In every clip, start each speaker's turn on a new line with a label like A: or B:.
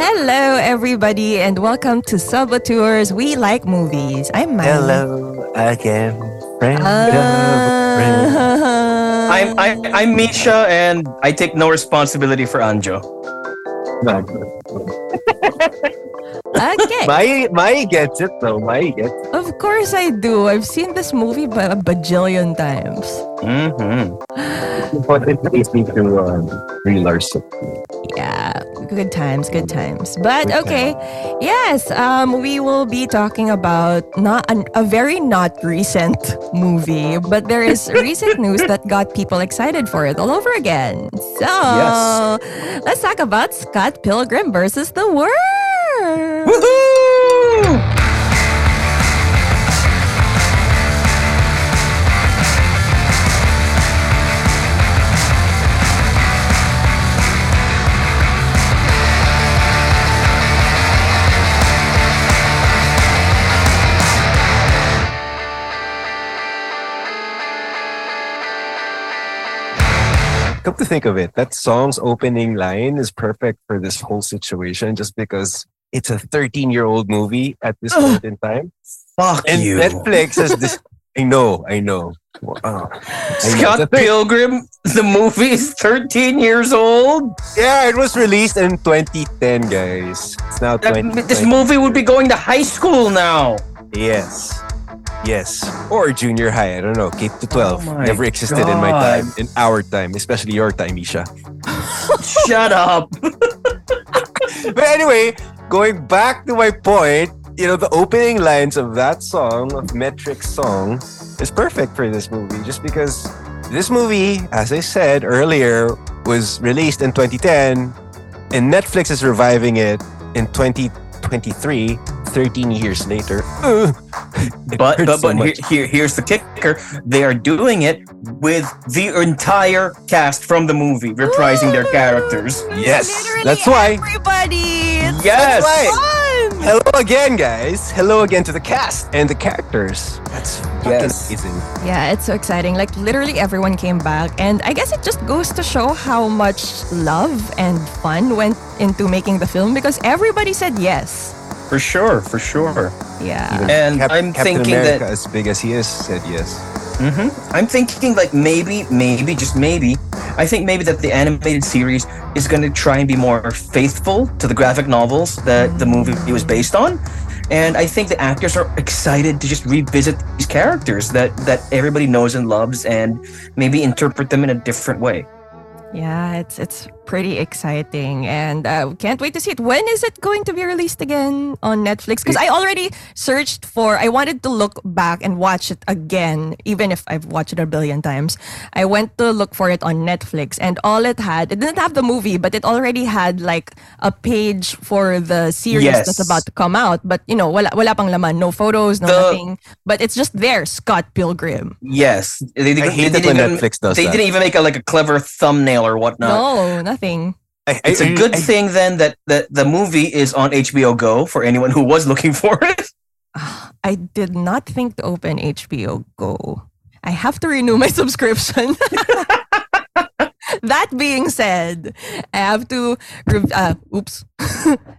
A: Hello, everybody, and welcome to Saboteurs We Like Movies. I'm Ah. Mai.
B: Hello again, friend of a friend.
A: Uh,
C: I'm I, I'm Misha, and I take no responsibility for Anjo.
B: Ah.
A: okay.
B: Mai, Mai gets it though. Mai gets it.
A: Of course I do. I've seen this movie ba- a bajillion times.
C: Mm-hmm.
B: But it takes me to um, Brie Larson.
A: Yeah, good times, good times. But okay, yes, um, we will be talking about not an, a very not recent movie, but there is recent news that got people excited for it all over again. So let's talk about Scott Pilgrim versus the World.
C: Woohoo!
B: Come to think of it, that song's opening line is perfect for this whole situation, just because it's a 13-year-old movie at this point in time,
C: Fuck
B: and
C: you.
B: Netflix has this. I know, I know. Wow.
C: Scott Pilgrim, the movie is 13 years old.
B: Yeah, it was released in 2010, guys. It's now
C: That,
B: 20.
C: this movie would be going to high school now.
B: Yes. Yes. Or junior high. I don't know. K to 12.
C: Oh my
B: Never existed in my
C: God.
B: time, in our time, especially your time, Isha.
C: Shut up.
B: But anyway, going back to my point, you know, the opening lines of that song, of Metric's song, is perfect for this movie just because this movie, as I said earlier, was released in 2010 and Netflix is reviving it in 2023, 13 years later. Ugh. It
C: But
B: hurts
C: but,
B: so
C: but
B: much.
C: here, here here's the kicker. They are doing it with the entire cast from the movie reprising their
A: Woo!
C: characters.
A: There's
B: Yes,
A: literally
B: that's why.
A: Everybody. It's
C: Yes.
B: That's
A: fun.
B: Hello again, guys. Hello again to the cast and the characters. That's fucking
C: Yes.
B: amazing.
A: Yeah, it's so exciting. Like literally everyone came back and I guess it just goes to show how much love and fun went into making the film because everybody said yes.
C: For sure, for sure.
A: Yeah.
C: And
B: Cap-
C: I'm
B: Captain
C: thinking
B: America,
C: that
B: as big as he is, said yes.
C: hmm I'm thinking like maybe, maybe, just maybe. I think maybe that the animated series is going to try and be more faithful to the graphic novels that the
B: Mm-hmm.
C: movie was based on, and I think the actors are excited to just revisit these characters that that everybody knows and loves, and maybe interpret them in a different way.
A: Yeah, it's it's pretty exciting and uh, can't wait to see it. When is it going to be released again on Netflix? Cuz I already searched for I wanted to look back and watch it again even if I've watched it a billion times. I went to look for it on Netflix and all it had it didn't have the movie but it already had like a page for the series that's
C: Yes.
A: about to come out but you know wala, wala pang laman, no photos, no
C: The-
A: nothing. But it's just there Scott Pilgrim.
C: Yes, they,
B: I
C: they- they
B: hate it
C: didn't
B: when
C: even-
B: Netflix does
C: They
B: that.
C: didn't even make a, like a clever thumbnail or whatnot.
A: No, nothing.
B: I,
C: It's a
B: I-
C: good
B: I-
C: thing then that, that the movie is on HBO Go for anyone who was looking for it.
A: I did not think to open HBO Go. I have to renew my subscription. that being said, I have to. Re- uh, oops,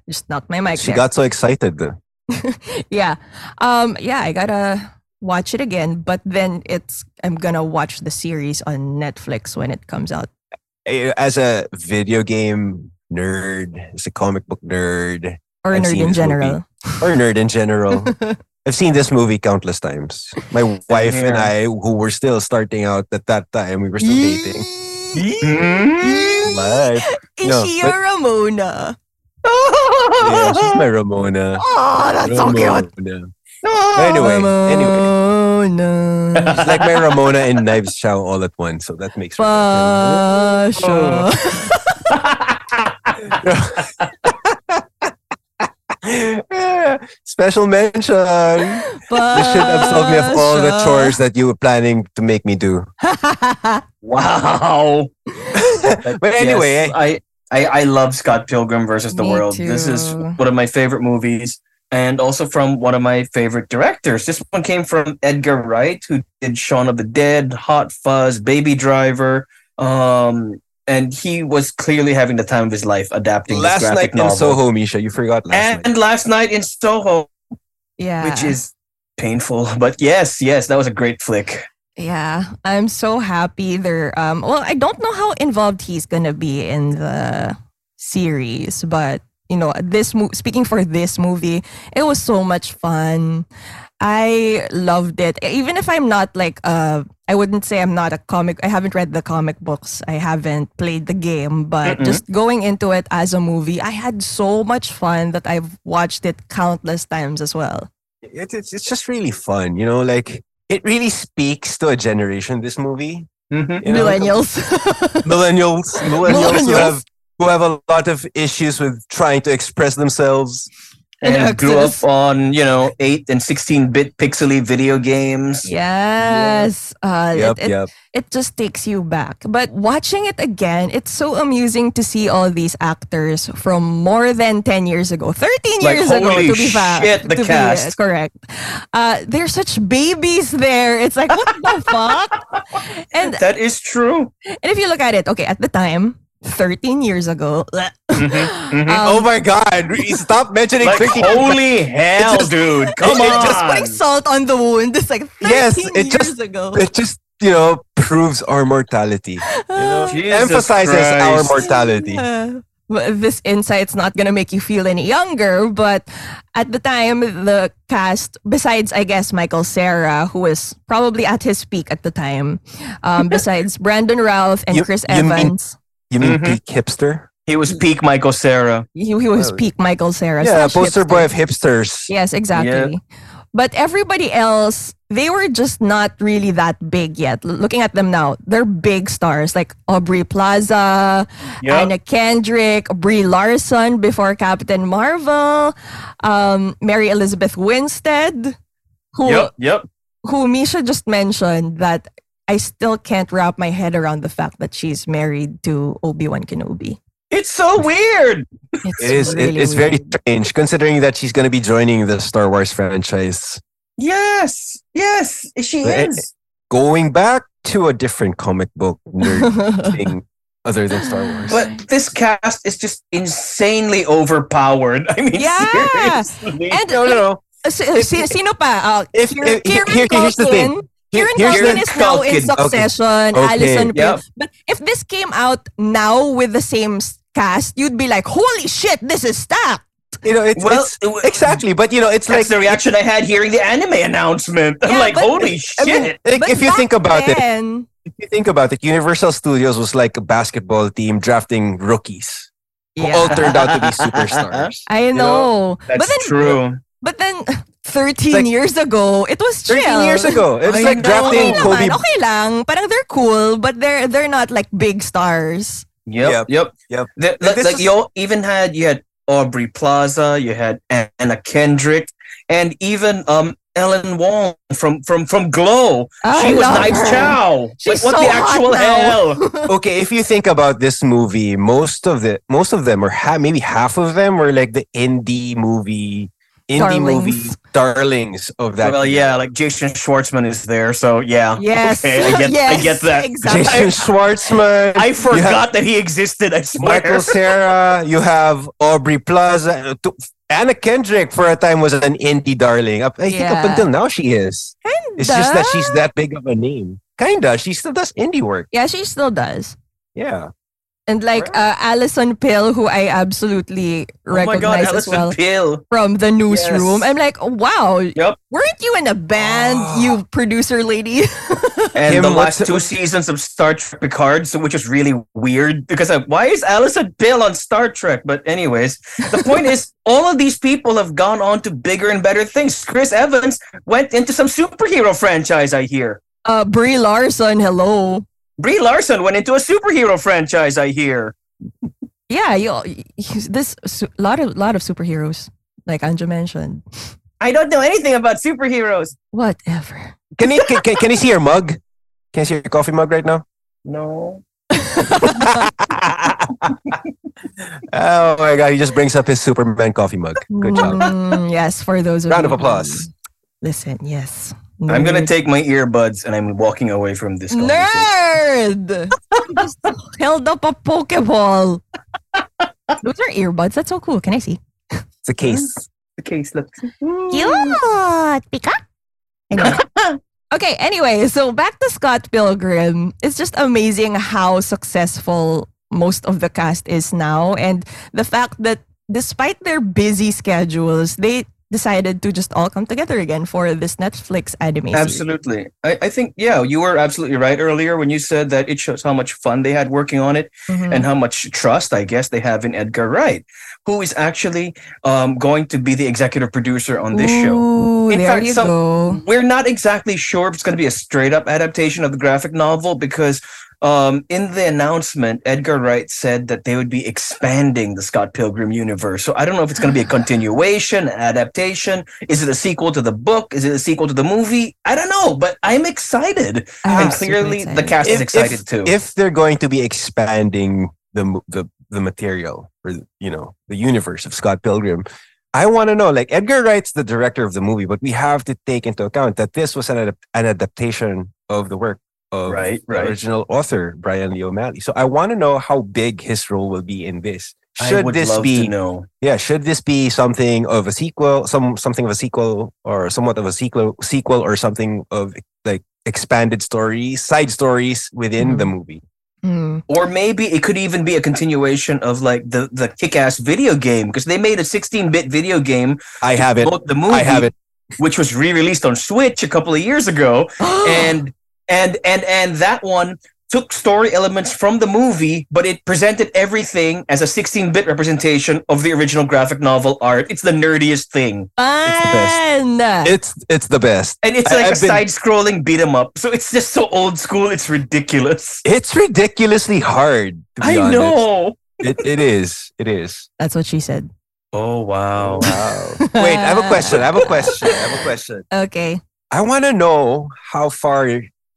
A: just knocked my mic. there.
B: She got so excited. though.
A: yeah, um, yeah. I gotta watch it again, but then it's. I'm gonna watch the series on Netflix when it comes out.
B: I- As a video game nerd, as a comic book nerd,
A: Or
B: I've
A: nerd
B: seen
A: in
B: this movie.
A: general.
B: or nerd in general, I've seen this movie countless times. My wife and
C: here.
B: I, who were still starting out at that time, we were still dating. Mm-hmm. Life. No,
A: Is she
B: but-
A: a Ramona?
B: Yeah, she's my Ramona.
A: Oh, that's so cute.
B: Ramona. Anyway, anyway.
A: Ramona.
B: It's like my Ramona and Knives Chow all at once, so that makes her.
A: Pasha.
B: Oh. Yeah, Special mention. This should absolve me of all the chores that you were planning to make me do.
C: wow.
B: But anyway, eh,
C: Yes, I, I I love Scott Pilgrim versus the
A: Me
C: World. This is
A: too.
C: one of my favorite movies, and also from one of my favorite directors. This one came from Edgar Wright, who did Shaun of the Dead, Hot Fuzz, Baby Driver, um, and he was clearly having the time of his life adapting
B: Last
C: this
B: night
C: graphic novel.
B: in Soho, Misha. You forgot last
C: and
B: night.
C: last night in Soho,
A: Yeah.
C: which is painful, but yes, yes, that was a great flick.
A: Yeah, I'm so happy they're um well, I don't know how involved he's going to be in the series, but you know, this mo- speaking for this movie, it was so much fun. I loved it. Even if I'm not like uh I wouldn't say I'm not a comic. I haven't read the comic books. I haven't played the game, but
C: Mm-mm.
A: just going into it as a movie, I had so much fun that I've watched it countless times as well.
B: It, it's, it's just really fun, you know, like it really speaks to a generation, this movie.
C: Mm-hmm.
B: You know?
A: Millennials.
B: millennials, millennials, who
A: Millennials.
B: have who have a lot of issues with trying to express themselves.
C: And
A: And
C: grew
A: access.
C: up on, you know, 8 and 16 bit pixely video games.
A: yes. Uh, it-
B: Yep,
A: it,
B: yep.
A: it just takes you back. But watching it again, it's so amusing to see all these actors from more than 10 years ago, 13
C: Like,
A: years ago,
C: holy
A: to be fact.
C: shit, the
A: to be, uh,
C: cast.
A: correct. Uh, they're such babies there. It's like, what the fuck? And,
C: That is true.
A: and if you look at it, okay, at the time, 13 years ago, um,
C: Mhm.
B: oh my god! really, Stop mentioning
C: Like,
B: Clicky.
C: holy hell, dude. Oh, Come on.
A: just putting salt on the wound. It's like 13
B: Yes, it
A: years
B: just-
A: ago.
B: It just you know proves our mortality.
C: Jesus
B: Emphasizes our
C: Christ.
B: mortality.
A: Uh, well, this insight's not gonna make you feel any younger, but at the time, the cast, besides I guess Michael Sarah, who was probably at his peak at the time, um, besides Brandon Ralph and
B: You-
A: Chris
B: you mean-
A: Evans,
B: You mean
C: Mhm.
B: peak hipster?
C: He was peak Michael Sarah.
A: he, he was
B: Oh.
A: peak Michael Sarah.
B: yeah,
A: slash
B: poster
A: hipster.
B: boy of hipsters.
A: Yes, exactly. But everybody else, they were just not really that big yet. L- Looking at them now, they're big stars like Aubrey Plaza,
C: Yep.
A: Anna Kendrick, Brie Larson before Captain Marvel, um, Mary Elizabeth Winstead, who
C: Yep, yep.
A: who Misha just mentioned that I still can't wrap my head around the fact that she's married to Obi Wan Kenobi.
C: It's so weird.
A: It's
B: It is. it-
A: really
B: it's very
A: weird.
B: strange, considering that she's going to be joining the Star Wars franchise.
C: Yes, yes, she
B: Eh,
C: is.
B: Going back to a different comic book nerd thing, other than Star Wars.
C: But this cast is just insanely overpowered. I mean,
A: Yeah.
C: seriously.
A: And-
C: no, no, no.
A: Si- si- sino pa? Uh,
B: If-
A: Kieran,
B: if- here-
A: Kieran
B: here's the thing.
A: Culkin.
B: Here-
A: Kieran
B: here's
A: Culkin
C: the-
A: is now in
C: Culkin, okay.
A: Succession.
B: Okay.
A: Allison Peel.
C: Yep.
A: But if this came out now with the same s- cast, you'd be like, "Holy shit, this is stacked."
B: you know, it's,
C: Well,
B: it's exactly. But you know, it's like
C: That's the reaction I had hearing the anime announcement.
A: Yeah,
C: I'm like,
A: but-
C: holy
B: I
C: shit.
B: mean, like,
A: But
B: if you
A: back
B: think about it,
A: then,
B: if you think about it, Universal Studios was like a basketball team drafting rookies who all
A: yeah,
B: turned out to be superstars.
A: I know.
C: That's
A: but then,
C: true.
A: But then, thirteen
B: Like-
A: years ago, it was chill.
B: Thirteen years ago, it's
C: I
B: like
C: know.
B: drafting
A: Okay
C: Dang,
B: Kobe.
A: naman, okay lang. Parang they're cool, but they're they're not like big stars.
B: Yep,
C: Yep, yep,
B: yep. Th-
C: The- like,
B: this
C: like
B: is-
C: you all- even had you had Aubrey Plaza, you had Anna Kendrick, and even um Ellen Wong from from from Glow.
A: I
C: she was
A: love
C: Knives
A: her.
C: Chow.
A: She's
C: like, what
A: so
C: the
A: hot
C: actual
A: now.
C: hell?
B: Okay, if you think about this movie, most of the most of them, or ha- maybe half of them, were like the indie movie, indie
A: Darlings.
B: movie darlings of that.
C: well,
B: era.
C: yeah, like Jason Schwartzman is there, so yeah.
A: Yes.
C: Okay, I get, I
A: Yes,
C: get that.
A: exactly.
B: Jason Schwartzman.
C: I
B: You have
C: forgot that he existed. I swear.
B: Michael Sarah, you have Aubrey Plaza. uh, To- Anna Kendrick for a time was an indie darling. Up, I think up
A: Yeah.
B: until now she is. It's just that she's that big of a name. Kinda. She still does indie work.
A: yeah, she still does.
B: Yeah.
A: And like uh, Allison Pill, who I absolutely
C: oh my god,
A: recognize as
C: Alison
A: well
C: Pill.
A: from the newsroom.
C: Yes.
A: I'm like, wow,
C: Yep.
A: weren't you in a band,
B: Ah.
A: you producer lady?
C: And
B: Kim,
C: the
B: what's
C: last
B: the-
C: two seasons of Star Trek Picard, so which is really weird because uh, why is Alison Pill on Star Trek? But anyways, the point is all of these people have gone on to bigger and better things. Chris Evans went into some superhero franchise, I hear.
A: Uh, Brie Larson, hello.
C: Brie Larson went into a superhero franchise, I hear.
A: Yeah, you, you- this su- lot of lot of superheroes, like Anja mentioned.
C: I don't know anything about superheroes.
A: Whatever.
B: Can you can, can, can you see your mug? Can you see your coffee mug right now?
C: No.
B: Oh my god, he just brings up his
C: Mm-hmm.
B: Superman coffee mug. Good job.
A: Mm, yes, for those of
B: Round of
A: you who
B: applause.
A: Listen, yes.
C: I'm gonna take my earbuds and I'm walking away from this. conversation.
A: Nerd! You just held up a Pokeball. Those are earbuds. That's so cool. Can I see?
B: It's a case.
C: The case looks.
A: Cute. Pika. Anyway. okay, anyway, so back to Scott Pilgrim. It's just amazing how successful most of the cast is now. And the fact that despite their busy schedules, they decided to just all come together again for this Netflix anime. series.
C: Absolutely. I, I think, yeah, you were absolutely right earlier when you said that it shows how much fun they had working on it
A: Mhm.
C: and how much trust, I guess, they have in Edgar Wright, who is actually um, going to be the executive producer on this show.
A: Ooh,
C: In
A: there
C: fact,
A: you
C: some-
A: go.
C: We're not exactly sure if it's going to be a straight up adaptation of the graphic novel because um, in the announcement, Edgar Wright said that they would be expanding the Scott Pilgrim universe. So I don't know if it's going to be a continuation, an adaptation. Is it a sequel to the book? Is it a sequel to the movie? I don't know, but I'm excited.
A: I'm
C: and
A: Ah, super
C: clearly the
A: excited.
C: cast is excited
B: if,
C: too.
B: If they're going to be expanding the mo- the the material or you know the universe of Scott Pilgrim, I want to know. Like Edgar Wright's the director of the movie, but we have to take into account that this was an adap- an adaptation of the work of
C: Right,
B: the
C: right.
B: original author Brian Lee O'Malley. So I want to know how big his role will be in this.
C: I
B: Should
C: would
B: this
C: love
B: be
C: to know.
B: yeah, should this be something of a sequel, some something of a sequel or somewhat of a sequel sequel or something of like expanded stories, side stories within
C: Mm-hmm.
B: the movie?
A: Hmm.
C: Or maybe it could even be a continuation of like the, the kick ass video game because they made a 16 bit video game.
B: I have it.
C: about The
B: I
C: movie,
B: have it.
C: which was re-released on Switch a couple of years ago, and and and and that one took story elements from the movie, but it presented everything as a 16-bit representation of the original graphic novel art. It's the nerdiest thing,
A: Fun!
B: It's it's the best.
C: and it's
B: I-
C: like a
B: I've been-
C: side-scrolling beat 'em up. So it's just so old school. It's ridiculous.
B: It's ridiculously hard. To be
C: I
B: honest.
C: know.
B: It, it is. It is.
A: That's what she said.
C: Oh wow.
B: Wow. Wait, I have a question. I have a question. I have a question.
A: Okay.
B: I want to know how far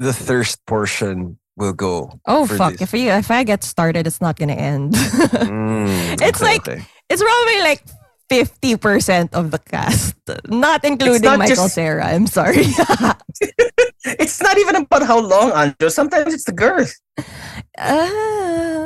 B: the thirst portion will go.
A: Oh
B: for
A: fuck!
B: this.
A: If you if I get started, it's not gonna end.
B: Mm,
A: It's
B: okay,
A: like-
B: okay.
A: it's probably like fifty percent of the cast, not including
C: not
A: Michael
C: just-
A: Sarah. I'm sorry.
C: It's not even about how long, Anjo. Sometimes it's the girth.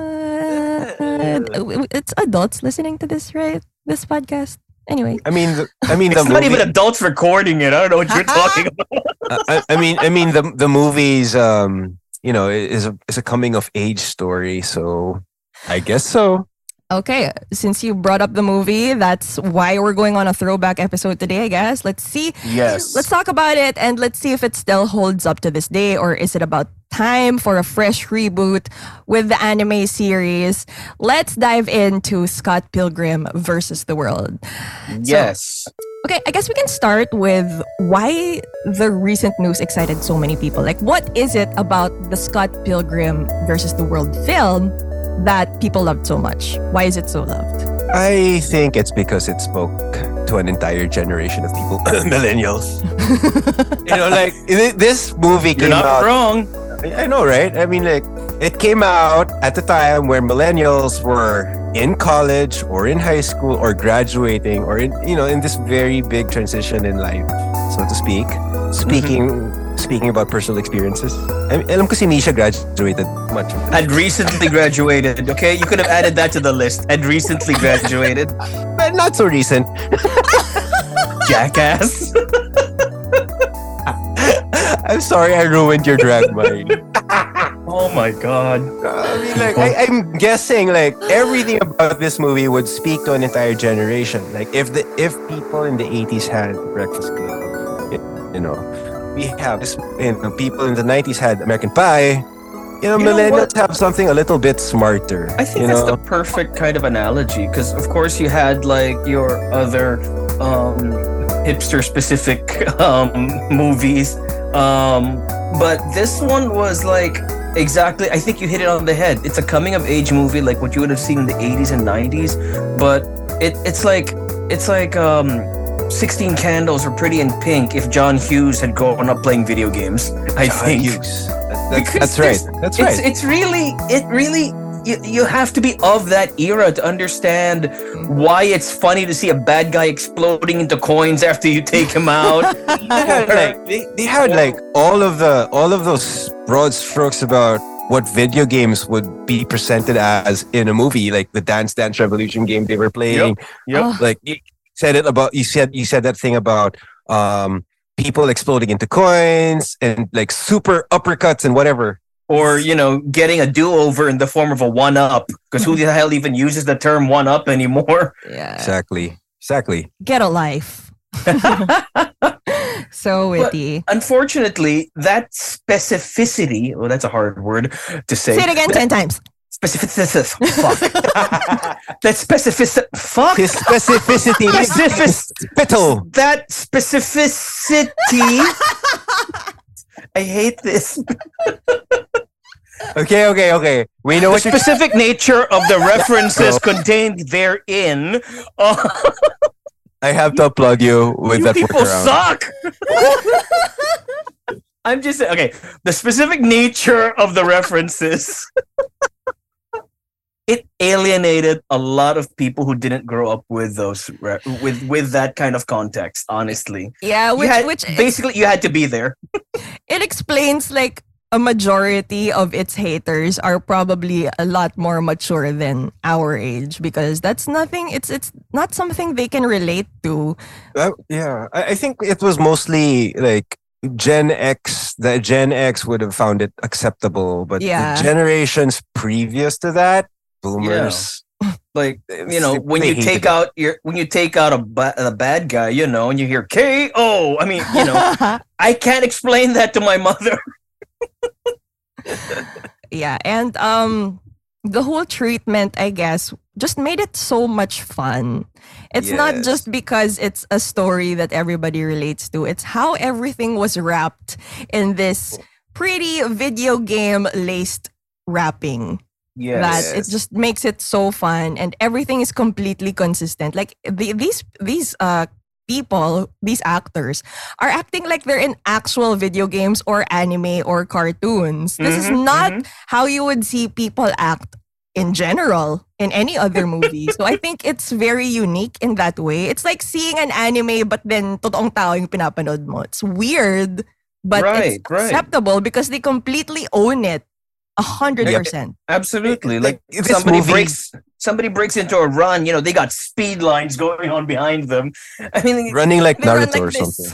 A: uh, it's adults listening to this, right? This podcast. Anyway,
B: I mean, the, I mean,
C: It's
B: the
C: not
B: movie-
C: even adults recording it. I don't know what you're talking about.
B: I, I mean, I mean, the the movie's um, you know, is a is a coming of age story. So I guess so.
A: okay. Since you brought up the movie, that's why we're going on a throwback episode today. I guess. Let's see
C: Yes.
A: Let's talk about it and let's see if it still holds up to this day or is it about time for a fresh reboot with the anime series. Let's dive into Scott Pilgrim versus the World.
C: Yes.
A: Okay, I guess we can start with why the recent news excited so many people. Like, what is it about the Scott Pilgrim versus the World film that people loved so much? Why is it so loved?
B: I think it's because it spoke to an entire generation of people, millennials. you know, like thi- this movie
C: You're
B: came
C: not
B: out.
C: wrong.
B: I I know, right? I mean, like it came out at the time where millennials were in college or in high school or graduating or in you know in this very big transition in life, so to speak. Speaking speaking about personal experiences, I mean, alam ko si Nisha graduated much.
C: Had recently graduated. Okay, you could have added that to the list. Had recently graduated.
B: But not so recent.
C: Jackass.
B: I'm sorry, I ruined your drag mind.
C: Oh my god.
B: I mean, like, I, I'm guessing like everything about this movie would speak to an entire generation. Like if the if people in the 80s had Breakfast Club, y- you know, we have this. You know, people in the 90s had American Pie. You know,
C: You know
B: millennials
C: what?
B: have something a little bit smarter.
C: I think
B: you
C: that's
B: know?
C: the perfect kind of analogy because, of course, you had like your other um, hipster specific um, movies. Um, but this one was like exactly, I think you hit it on the head. It's a coming of age movie like what you would have seen in the 80s and 90s, but it, it's like, it's like, um, 16 candles or pretty in pink if john hughes had grown up playing video games i
B: John
C: think
B: Hughes. That- that's-
C: Because
B: that's right. That's
C: it's
B: right.
C: it's really it really you, you have to be of that era to understand why it's funny to see a bad guy exploding into coins after you take him out.
B: they had like they, they had like all of the all of those broad strokes about what video games would be presented as in a movie, like the Dance Dance Revolution game they were playing.
C: Yep.
A: Ah.
B: Like you said it about you said you said that thing about um people exploding into coins and like super uppercuts and whatever.
C: or you know getting a do-over in the form of a one-up because who the hell even uses the term one-up anymore
B: Uh.
A: Yeah.
B: Exactly. Exactly.
A: Get a life. so witty.
C: unfortunately that specificity oh that's a hard word to say
A: Say it again ten times.
C: specificity fuck that specificity fuck
B: His specificity is
C: specific
B: spittle.
C: that specificity I hate this.
B: Okay, okay, okay. We know
C: The
B: what you
C: specific nature of the references contained therein. Uh,
B: I have to applaud you with
C: you
B: that
C: people
B: workaround.
C: suck. I'm just okay. The specific nature of the references. it alienated a lot of people who didn't grow up with those re- with with that kind of context. Honestly,
A: Yeah,
C: You
A: which
C: had-
A: which it,
C: basically you had to be there.
A: it explains like a majority of its haters are probably a lot more mature than our age because that's nothing it's it's not something they can relate to.
B: That, yeah, I, I think it was mostly like Gen X. The Gen X would have found it acceptable, but
A: Yeah.
B: the generations previous to that, boomers.
C: Like you know, when
B: They
C: you
B: hated
C: take
B: it.
C: out your when you take out a, ba- a bad guy, you know, and you hear KO. I mean, you know, I can't explain that to my mother.
A: yeah and um the whole treatment i guess just made it so much fun it's not
B: Yes.
A: just because it's a story that everybody relates to it's how everything was wrapped in this pretty video game laced wrapping that
B: Yes.
A: it just makes it so fun and everything is completely consistent like the, these these uh people these actors are acting like they're in actual video games or anime or cartoons this is
B: Mm-hmm,
C: Mhm,
A: not
C: mhm.
A: how you would see people act in general in any other movie. so I think it's very unique in that way. It's like seeing an anime but then totoong tao yung pinapanood mo. It's weird, but it's
C: Right, right.
A: acceptable because they completely own it. A hundred
C: Yep.
A: percent.
C: Absolutely. Like
B: Like,
C: if
B: this
C: somebody
B: movie-
C: breaks somebody breaks into a run, you know, they got speed lines going on behind them. I mean
B: running like
A: They run
B: Naruto
A: like
B: or
A: this.
B: something.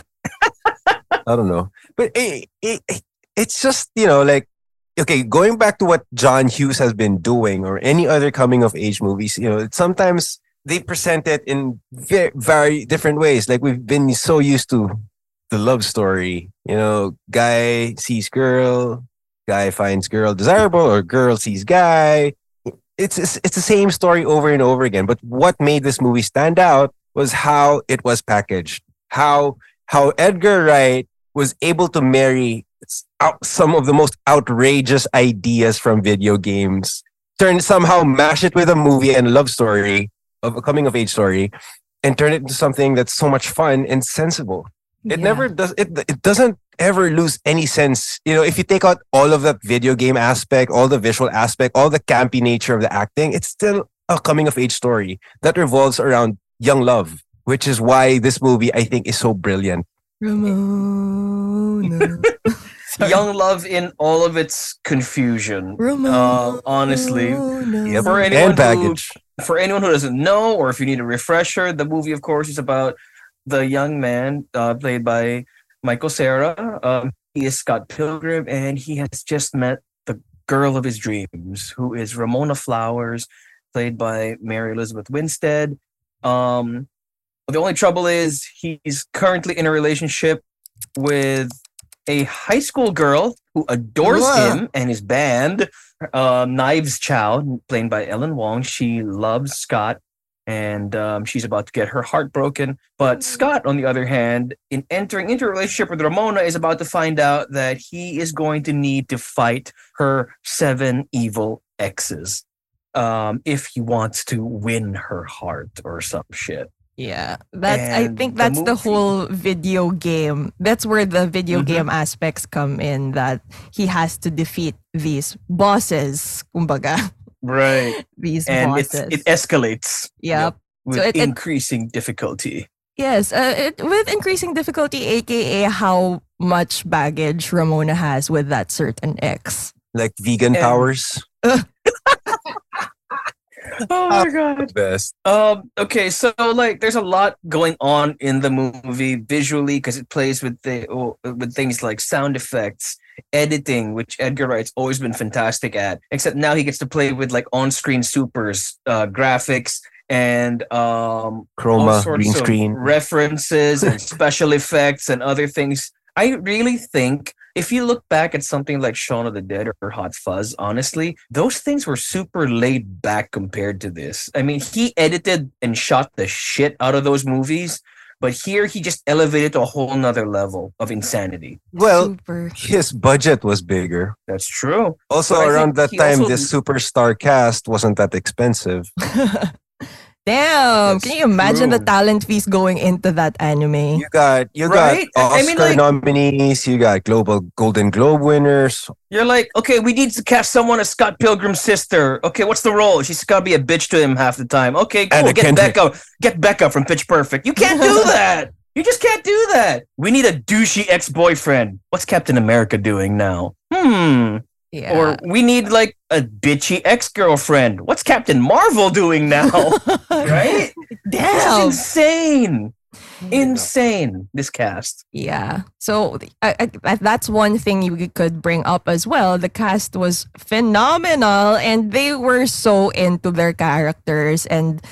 B: I don't know, but it, it, it- it's just you know like okay, going back to what John Hughes has been doing or any other coming of age movies, you know, it's sometimes they present it in very, very different ways. Like we've been so used to the love story, you know, guy sees girl, guy finds girl desirable, or girl sees guy. It's, it's it's the same story over and over again. But what made this movie stand out was how it was packaged, how how Edgar Wright was able to marry s- out some of the most outrageous ideas from video games, turn somehow mash it with a movie and love story of a coming of age story, and turn it into something that's so much fun and sensible it
A: Yeah.
B: never does it it doesn't ever lose any sense you know if you take out all of that video game aspect all the visual aspect all the campy nature of the acting it's still a coming of age story that revolves around young love which is why this movie i think is so brilliant
A: Ramona. Sorry.
C: young love in all of its confusion. Uh,
A: Ramona.
C: Oh, honestly.
A: Yep.
C: For anyone
B: and baggage
C: For anyone who doesn't know or if you need a refresher, the movie of course is about the young man uh, played by Michael Sarah. Um, he is Scott Pilgrim and he has just met the girl of his dreams, who is Ramona Flowers, played by Mary Elizabeth Winstead. Um, the only trouble is he's currently in a relationship with a high school girl who adores
B: Wow.
C: him and his band, um, Knives Chow, played by Ellen Wong. She loves Scott and um, she's about to get her heart broken. But Scott, on the other hand, in entering into a relationship with Ramona, is about to find out that he is going to need to fight her seven evil exes um, if he wants to win her heart or some shit.
A: Yeah, that's. I
C: And
A: think
C: the
A: that's the
C: movie-
A: whole video game. That's where the video
C: Mhm.
A: game aspects come in. That he has to defeat these bosses, kumbaga,
C: Right.
A: these
C: And it's,
A: bosses.
C: it escalates
A: yep.
C: with
A: it- it-
C: increasing difficulty.
A: Yes, uh, it, with increasing difficulty, aka how much baggage Ramona has with that certain ex.
B: Like vegan
C: And-
B: powers.
C: Oh
B: my
C: god.
B: Best.
C: Um okay, so like there's a lot going on in the movie visually cuz it plays with the oh, with things like sound effects, editing, which Edgar Wright's always been fantastic at. Except now he gets to play with like on-screen supers, uh graphics and um all
B: Chroma,
C: sorts
B: green
C: of
B: screen.
C: references and special effects and other things. I really think if you look back at something like Shaun of the Dead or Hot Fuzz, honestly, those things were super laid back compared to this. I mean, he edited and shot the shit out of those movies, but here he just elevated to a whole nother level of insanity.
B: Well,
A: Super.
B: his budget was bigger.
C: That's true.
B: Also,
C: So I
B: around that
C: think he
B: time,
C: also-
B: this superstar cast wasn't that expensive.
A: Damn,
C: That's
A: can you imagine the
C: true.
A: talent fees going into that anime?
B: You got you
C: Right?
B: got
C: I- I
B: Oscar
C: mean, like-
B: nominees. You got global Golden Globe winners.
C: You're like, okay, we need to cast someone as Scott Pilgrim's sister. Okay, what's the role? She's got to be a bitch to him half the time. Okay, cool.
B: Anna
C: get
B: Kendrick.
C: Becca. Get Becca from Pitch Perfect. You can't do that. You just can't do that. We need a douchey ex-boyfriend. What's Captain America doing now? Hmm.
A: Yeah.
C: Or we need like a bitchy ex-girlfriend. What's Captain Marvel doing now? right? This is
A: Damn.
C: insane. Insane. This cast.
A: Yeah. So th- I, I, that's one thing you could bring up as well. The cast was phenomenal and they were so into their characters and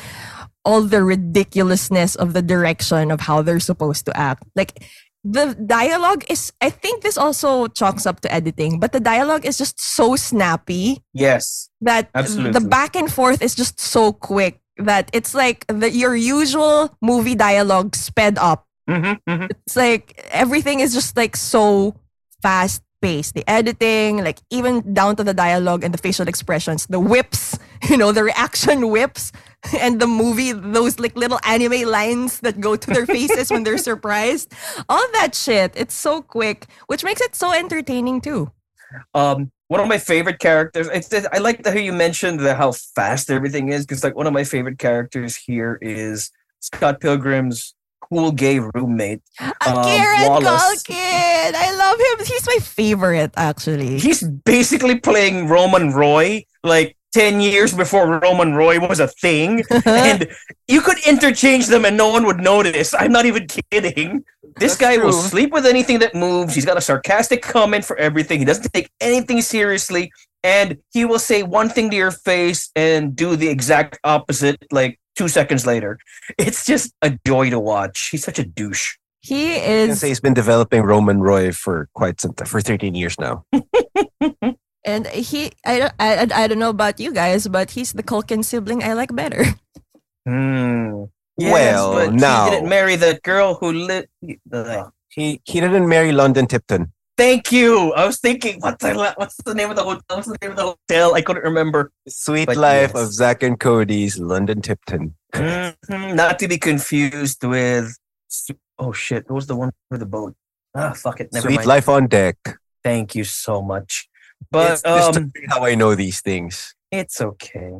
A: all the ridiculousness of the direction of how they're supposed to act. Like the dialogue is, I think this also chalks up to editing, but the dialogue is just so snappy
C: Yes.
A: that the
C: Absolutely.
A: back and forth is just so quick that it's like the, your usual movie dialogue sped up
C: Mm-hmm,
A: it's like everything is just like so fast paced. The editing, like even down to the dialogue and the facial expressions, the whips, you know, the reaction whips, and the movie, those like little anime lines that go to their faces when they're surprised. All that shit. It's so quick, which makes it so entertaining too.
C: um one of my favorite characters it's, it's- i like that how you mentioned the how fast everything is because like one of my favorite characters here is scott pilgrim's cool gay roommate Um,
A: Kieran
C: Wallace.
A: Culkin. I love him. He's my favorite actually.
C: he's basically playing roman roy like 10 years before roman roy was a thing
B: Uh.
C: and you could interchange them and no one would notice i'm not even kidding
B: That's
C: this guy will
B: true.
C: sleep with anything that moves he's got a sarcastic comment for everything he doesn't take anything seriously and he will say one thing to your face and do the exact opposite like two seconds later it's just a joy to watch he's such a douche
A: he
B: You can
A: is
B: say he's been developing Roman Roy for quite some time, for 13 years now.
A: And he, I don't, I, I- I don't know about you guys, but he's the Culkin sibling I like better.
C: Hmm.
B: Well,
C: but
B: now.
C: he didn't marry that girl who lit Ugh.
B: He he didn't marry London Tipton.
C: Thank you. I was thinking, what the la- what's the name of the hotel? What's the name of the hotel? I couldn't remember.
B: Sweet
C: But
B: Life
C: yes.
B: of Zack and Cody's London Tipton.
C: Mhm. Not to be confused with. Oh shit! What was the one for the boat? Ah, fuck it. Never
B: Sweet
C: mind.
B: Life on Deck.
C: Thank you so much. But
B: it's
C: um,
B: disturbing how I know these things.
C: it's okay.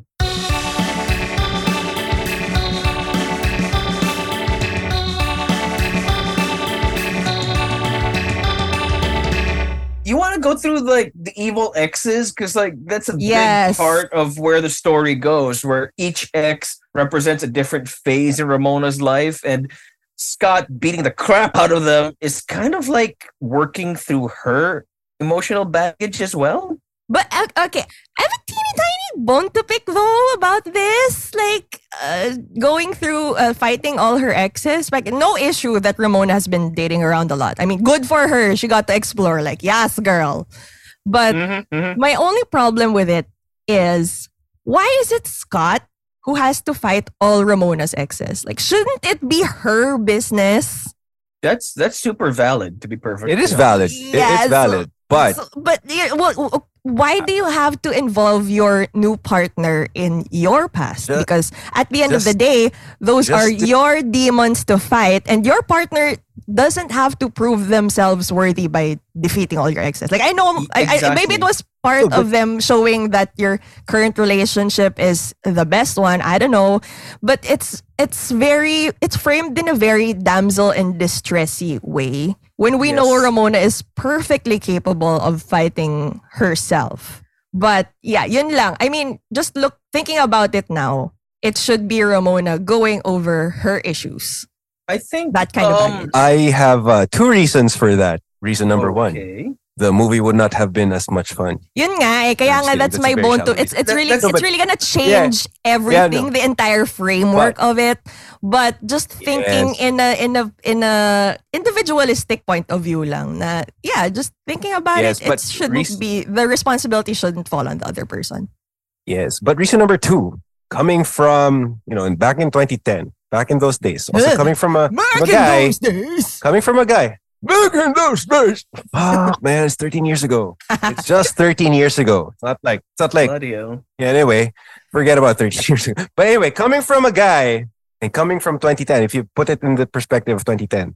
C: You want to go through like the evil exes because like that's a
A: Yes.
C: big part of where the story goes, where each ex represents a different phase in Ramona's life, and Scott beating the crap out of them is kind of like working through her emotional baggage as well.
A: But o- okay, I have a teeny tiny bone to pick though about this, like uh, going through uh, fighting all her exes. Like no issue that Ramona has been dating around a lot. I mean, good for her. She got to explore. Like yes, girl.
C: Mm.
A: But
C: Mm-hmm,
A: my only problem with it is why is it Scott who has to fight all Ramona's exes? Like shouldn't it be her business?
C: That's that's super valid to be perfect.
B: It is valid. It-
A: Yes.
B: it's valid. But
A: So- but yeah, well, w- why do you have to involve your new partner in your past?
B: Ju-
A: because at the end of the
B: just-
A: day, those
B: just
A: are
B: to-
A: your demons to fight, and your partner doesn't have to prove themselves worthy by defeating all your exes. Like I
B: E,
A: know, I, I, maybe
C: Exactly.
A: it was part of them showing that your current relationship is the best one. I don't know, but it's it's very it's framed in a very damsel in distressy way. When we know
C: Yes.
A: Ramona is perfectly capable of fighting herself, but yeah, yun lang. I mean, just look thinking about it now. It should be Ramona going over her issues.
C: I think
A: That kind of
C: um,
A: baggage.
B: I have uh, two reasons for that. Reason number one,
C: okay.
B: the movie would not have been as much fun.
A: Yun nga eh, kaya nga
B: I'm just kidding.
A: that's
B: That's
A: my
B: a very
A: bone to.
B: shallow
A: It's it's
C: That-
A: really
C: that's-
A: it's
B: but-
A: really gonna change everything, the entire framework of it. But just thinking
B: Yes.
A: in a in a in a individualistic point of view lang na yeah, just thinking about
B: Yes,
A: it, it
B: but
A: shouldn't
B: reas-
A: be the responsibility shouldn't fall on the other person.
B: Yes, but reason number two, coming from you know, in, back in 2010, back in those days, also
A: Ugh.
B: coming from a
A: Back
B: in Bagay. those
A: days.
B: coming from a guy. Back in those days, fuck man, it's 13 years ago. It's just 13 years ago. It's not like it's not like
C: Bloody hell.
B: Yeah, anyway, forget about 13 years ago. But anyway, coming from a guy and coming from 2010, if you put it in the perspective of 2010,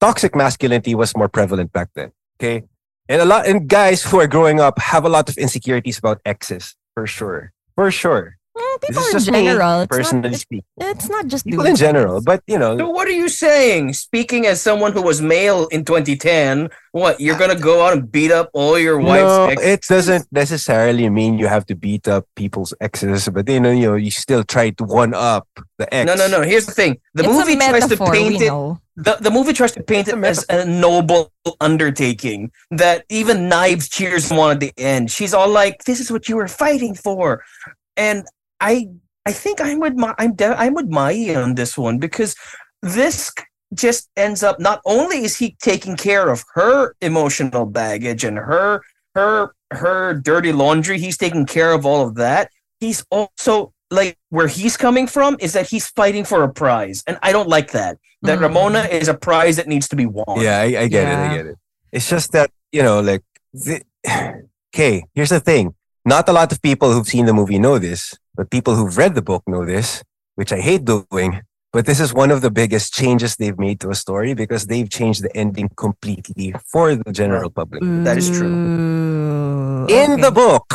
B: toxic masculinity was more prevalent back then. Okay. And a lot, and guys who are growing up have a lot of insecurities about exes, for sure. For sure.
A: Mm, people
B: this is
A: in
B: just
A: general,
B: me,
A: it's,
B: personally
A: not,
B: speaking.
A: it- it's not just
B: People
A: dudes, I
B: in general,
A: guess.
B: but you
C: So
B: know,
C: what are you saying? Speaking as someone who was male in 2010, what you're gonna go out and beat up all your wife's
B: no,
C: exes?
B: it doesn't necessarily mean you have to beat up people's exes, but you know, you know, you still try to one up the ex.
C: No, no, no. Here's the thing: the
A: It's a
C: movie tries to
A: metaphor,
C: paint
A: we
C: it.
A: know.
C: The, the movie tries to paint it as a noble undertaking that even Knives cheers him on at the end. She's all like, "This is what you were fighting for," and I I think I'm with my I'm de- I'm with Mai on this one because this c- just ends up not only is he taking care of her emotional baggage and her her her dirty laundry, he's taking care of all of that. He's also like where he's coming from is that he's fighting for a prize, and I don't like that. That
A: Mm.
C: Ramona is a prize that needs to be won.
B: Yeah, I, I get it.
A: Yeah.
B: I get it. It's just that you know, like, okay. Here's the thing: not a lot of people who've seen the movie know this, but people who've read the book know this, which I hate doing. But this is one of the biggest changes they've made to a story because they've changed the ending completely for the general public.
C: That is true.
A: Ooh,
B: In the
A: okay.
B: book,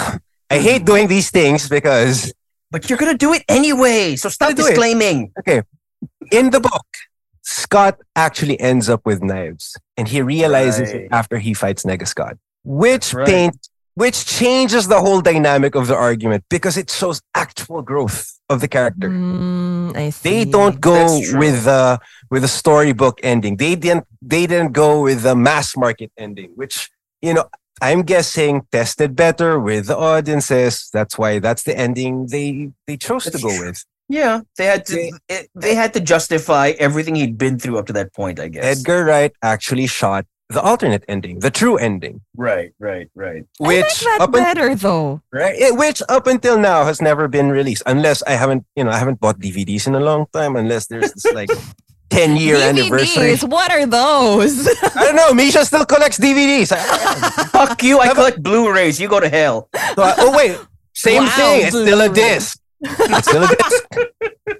B: I
C: Mm-hmm.
B: hate doing these things because
C: But you're gonna do it anyway, so stop
B: do it.
C: disclaiming.
B: in the book, Scott actually ends up with knives, and he realizes
C: Right.
B: it after he fights Negascott, which
C: That's right.
B: paint, which changes the whole dynamic of the argument because it shows actual growth of the character.
A: Mm, I
B: They
A: see.
B: don't go
C: That's true.
B: with the with a storybook ending. They didn't. They didn't go with the mass market ending, which you know. I'm guessing tested better with the audiences. That's why that's the ending they they chose
C: That's
B: to go
C: true.
B: with.
C: Yeah, they had to.
B: They-
C: They, they had to justify everything he'd been through up to that point. I guess.
B: Edgar Wright actually shot the alternate ending, the true ending,
C: Right, right, right.
A: I
B: which
A: like that
B: up un-
A: better though.
B: right, eh, which up until now has never been released, unless I haven't, you know, I haven't bought DVDs in a long time, unless there's this like ten year anniversary.
A: DVDs, what are those?
B: I don't know. Misha still collects DVDs. I-
C: Fuck you! I collect Blu-rays. You go to hell.
B: so I- oh wait, same
A: Wow,
B: thing. It's still a
A: Blu-ray.
B: disc. It's still a disc.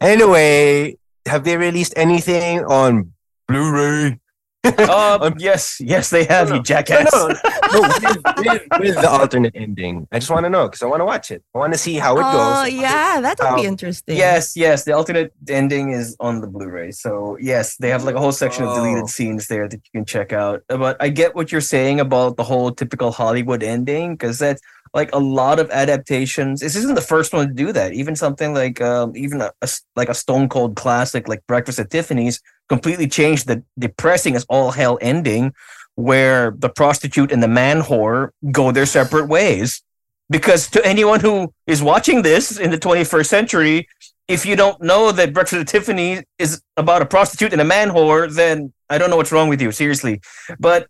B: anyway, have they released anything on Blu-ray?
C: Uh,
B: I'm-
C: yes, yes, they have
B: No,
C: you,
B: no.
C: jackass.
B: No, no, no, with, with, with the alternate ending. I just want to know because I want to watch it. I want to see how it
A: Oh
B: goes.
A: yeah, that would be
B: Um,
A: interesting.
C: Yes, yes, the alternate ending is on the Blu-ray. So yes, they have like a whole section of
B: Oh.
C: deleted scenes there that you can check out. uh, But I get what you're saying about the whole typical Hollywood ending because that's like a lot of adaptations. This isn't the first one to do that. Even something like um, even a, a s- like a Stone Cold classic like Breakfast at Tiffany's completely changed the depressing as all hell ending, where the prostitute and the man whore go their separate ways. Because to anyone who is watching this in the 21st century, if you don't know that Breakfast at Tiffany is about a prostitute and a man whore, then I don't know what's wrong with you, seriously. But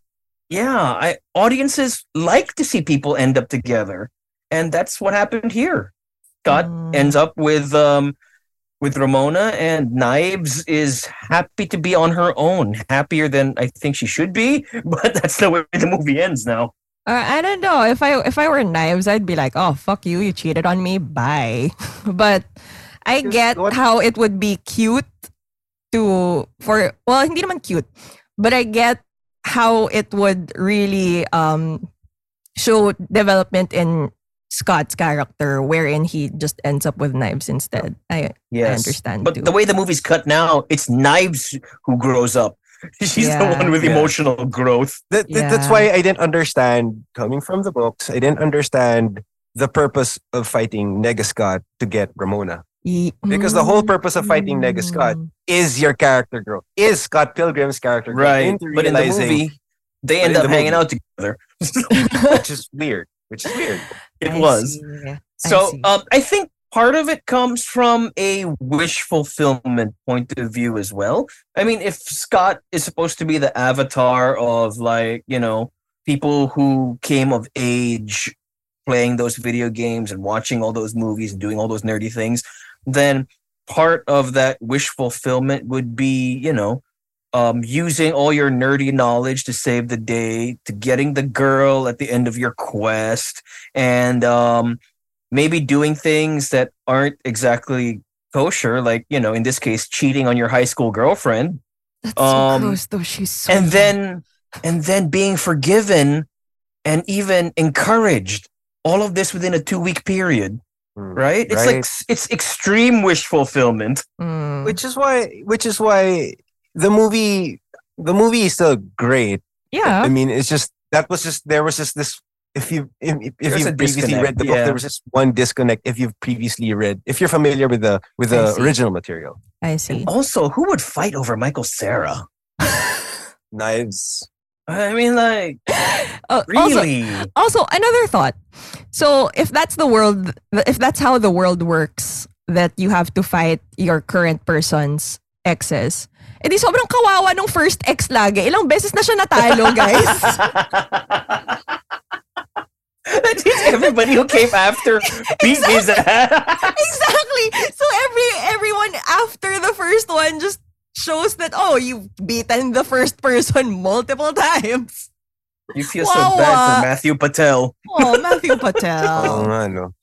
C: yeah, I audiences like to see people end up together, and that's what happened here. Scott
A: Mm.
C: ends up with um with Ramona, and Knives is happy to be on her own, happier than I think she should be. But that's the way the movie ends now.
A: Uh, I don't know. If I if I were knives, I'd be like, oh fuck you, you cheated on me. Bye. but I
B: Because
A: get
B: what-
A: how it would be cute to for well, hindi naman cute. but I get how it would really um, show development in Scott's character, wherein he just ends up with knives instead. I,
C: Yes.
A: I understand.
C: But
A: too.
C: the way the movie's cut now, it's Knives who grows up. She's the
A: Yeah.
C: one with
B: Yeah.
C: emotional growth.
B: That, that- That's
A: Yeah.
B: why I didn't understand coming from the books. I didn't understand the purpose of fighting Negascott to get Ramona
A: Ye-
B: because the whole purpose of fighting Negascott
A: Mm.
B: is your character growth, is Scott Pilgrim's character growth. into
C: But in the
B: realizing-
C: movie,
B: But
C: they end
B: in
C: up
B: the
C: hanging
B: movie-
C: out together.
B: which is weird. Which is weird.
C: It
A: I
C: was.
A: see. I
C: So
A: see.
C: um, I think part of it comes from a wish fulfillment point of view as well. I mean, if Scott is supposed to be the avatar of like, you know, people who came of age playing those video games and watching all those movies and doing all those nerdy things, then part of that wish fulfillment would be, you know, um, using all your nerdy knowledge to save the day, to getting the girl at the end of your quest, and um, maybe doing things that aren't exactly kosher, like, you know, in this case, cheating on your high school girlfriend.
A: That's
C: um,
A: so gross, though. She's so
C: And
A: young.
C: then and then being forgiven and even encouraged. All of this within a two week period,
B: Hmm.
C: right? It's like
B: Right.
C: s- it's extreme wish fulfillment.
A: Mm.
B: Which is why which is why the movie the movie is still great.
A: yeah,
B: I mean, it's just that was just there was just this if you if, if
C: There's a
B: you've previously
C: disconnect,
B: read the book,
C: yeah.
B: there was just one disconnect if you've previously read if you're familiar with the with
A: I
B: the
A: see.
B: original material.
A: I see.
C: Also, who would fight over Michael Sarah?
B: Knives.
C: I mean, like
A: Oh, also,
C: really?
A: also another thought so if that's the world if that's how the world works that you have to fight your current person's exes edi sobrang kawawa nung first ex lagi ilang beses na siya natalo guys
C: That means everybody who came after beat his ass.
A: exactly so every everyone after the first one just shows that oh you've beaten the first person multiple times
C: You feel
A: Wow,
C: so bad
A: ah.
C: for Matthew Patel.
A: oh Matthew
B: Oh,
A: Patel
B: ano.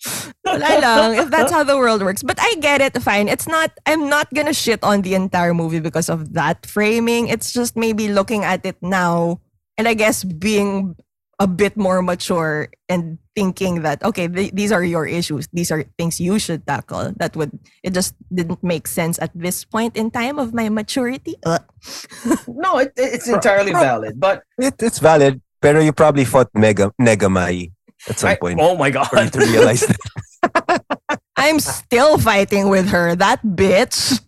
A: Wala lang, if that's how the world works. But I get it, fine. It's not, I'm not gonna shit on the entire movie because of that framing. It's just maybe looking at it now and I guess being a bit more mature and thinking that, okay, th- these are your issues. These are things you should tackle. That would, it just didn't make sense at this point in time of my maturity. Ugh.
C: No, it, it- it's entirely valid. But
B: It, it's valid, pero you probably fought Mega Negamai at some
C: I-
B: point.
C: oh my
B: For you
C: god!
B: to realize that.
A: I'm still fighting with her. That bitch.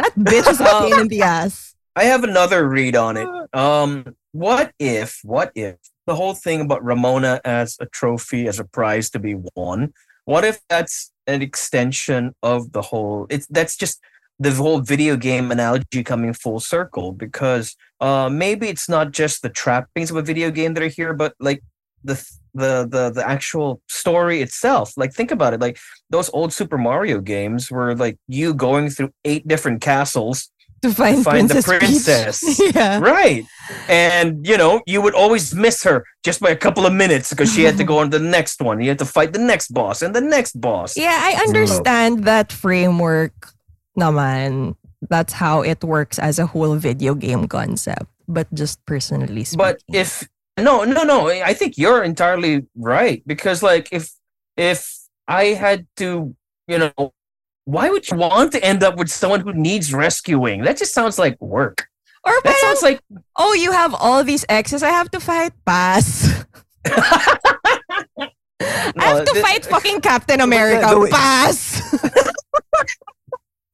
A: that bitch is a pain in the ass.
C: I have another read on it. Um, what if? What if the whole thing about Ramona as a trophy, as a prize to be won? What if that's an extension of the whole? It's that's just the whole video game analogy coming full circle because uh, maybe it's not just the trappings of a video game that are here, but like the th- the the the actual story itself. Like think about it. Like those old Super Mario games were like you going through eight different castles
A: To find,
C: find
A: Princess
C: the
A: Peach.
C: princess.
A: yeah.
C: Right. And, you know, you would always miss her just by a couple of minutes because she had to go on to the next one. You had to fight the next boss and the next boss.
A: Yeah, I understand that framework naman. That's how it works as a whole video game concept. But just personally speaking.
C: But if no, no, no, I I think you're entirely right because like if if I had to, you know, why would you want to end up with someone who needs rescuing? That just sounds like work.
A: Or
C: That
A: parang,
C: sounds like
A: oh, you have all these exes I have to fight? Pass. I have
C: No,
A: to
C: uh, th-
A: fight fucking Captain America.
B: the way-
A: Pass.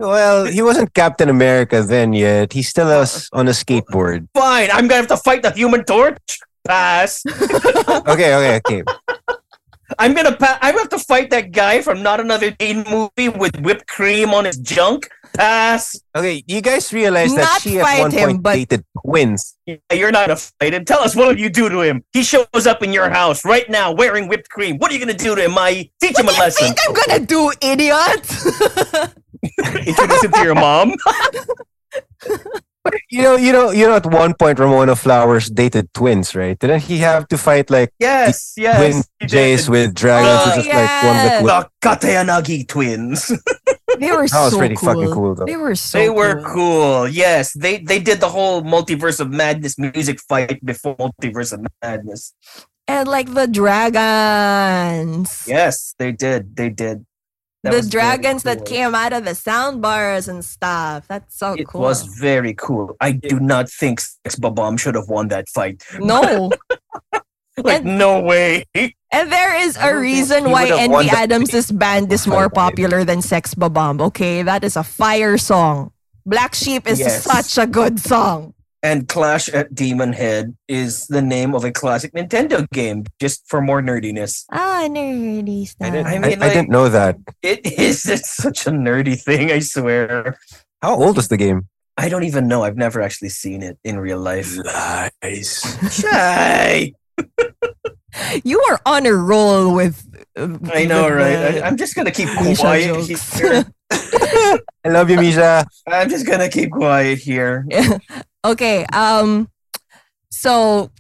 B: Well, he wasn't Captain America then yet. He's still us on a skateboard.
C: Fine, I'm gonna have to fight the Human Torch. Pass.
B: Okay, okay, okay.
C: I'm gonna pa- I have to fight that guy from Not Another Teen Movie with whipped cream on his junk. Pass.
B: Okay, you guys realize
A: Not
B: that she at
A: fight
B: one
A: him,
B: point
A: but-
B: dated twins.
C: Yeah, You're not gonna fight him. Tell us what will you do to him? He shows up in your house right now wearing whipped cream. What are you gonna do to him, Mai? Teach him a
A: I
C: lesson.
A: think I'm gonna do, idiot.
C: Introduce him to your mom.
B: You know, you know, you know. At one point, Ramona Flowers dated twins, right? Didn't he have to fight like
C: Yes, yes.
B: twin Jays with dragons,
C: Uh,
B: which is like one
A: Oh, yes.
B: with
C: the Katayanagi twins.
A: They were
B: That was
A: so
B: pretty
A: cool.
B: fucking cool, though.
A: They were so
C: they were cool. Yes, they they did the whole multiverse of madness music fight before multiverse of madness.
A: And like the dragons.
C: Yes, they did. They did. That
A: the
C: was very
A: dragons that
C: cool.
A: came out of the sound bars and stuff. That's so
C: It
A: Oh, cool.
C: was very cool. I do not think Sex Bomb should have won that fight.
A: no.
C: Like,
A: And-
C: no way.
A: And there is
C: I
A: a
C: don't think
A: reason
C: he
A: why
C: would have won
A: Envy
C: that
A: Adams' band is more
B: fight by him.
A: popular than Sex Bomb. Okay, that is a fire song. Black Sheep is
C: Yes.
A: such a good song.
C: And Clash at Demon Head is the name of a classic Nintendo game, just for more nerdiness.
A: Ah, nerdy
B: I
A: stuff.
B: didn't,
C: I
B: I,
C: mean,
B: I
C: like-
B: didn't know that.
C: It is it's such a nerdy thing, I swear.
B: How old is the game?
C: I don't even know. I've never actually seen it in real life.
B: Lies.
C: Shy.
A: You are on a roll with. uh,
C: I know,
A: with uh,
C: right?
A: the
C: I, I'm just gonna keep
A: Misha
C: quiet
A: jokes.
C: here.
B: I love you, Misha.
C: I'm just gonna keep quiet here.
A: okay. Um. So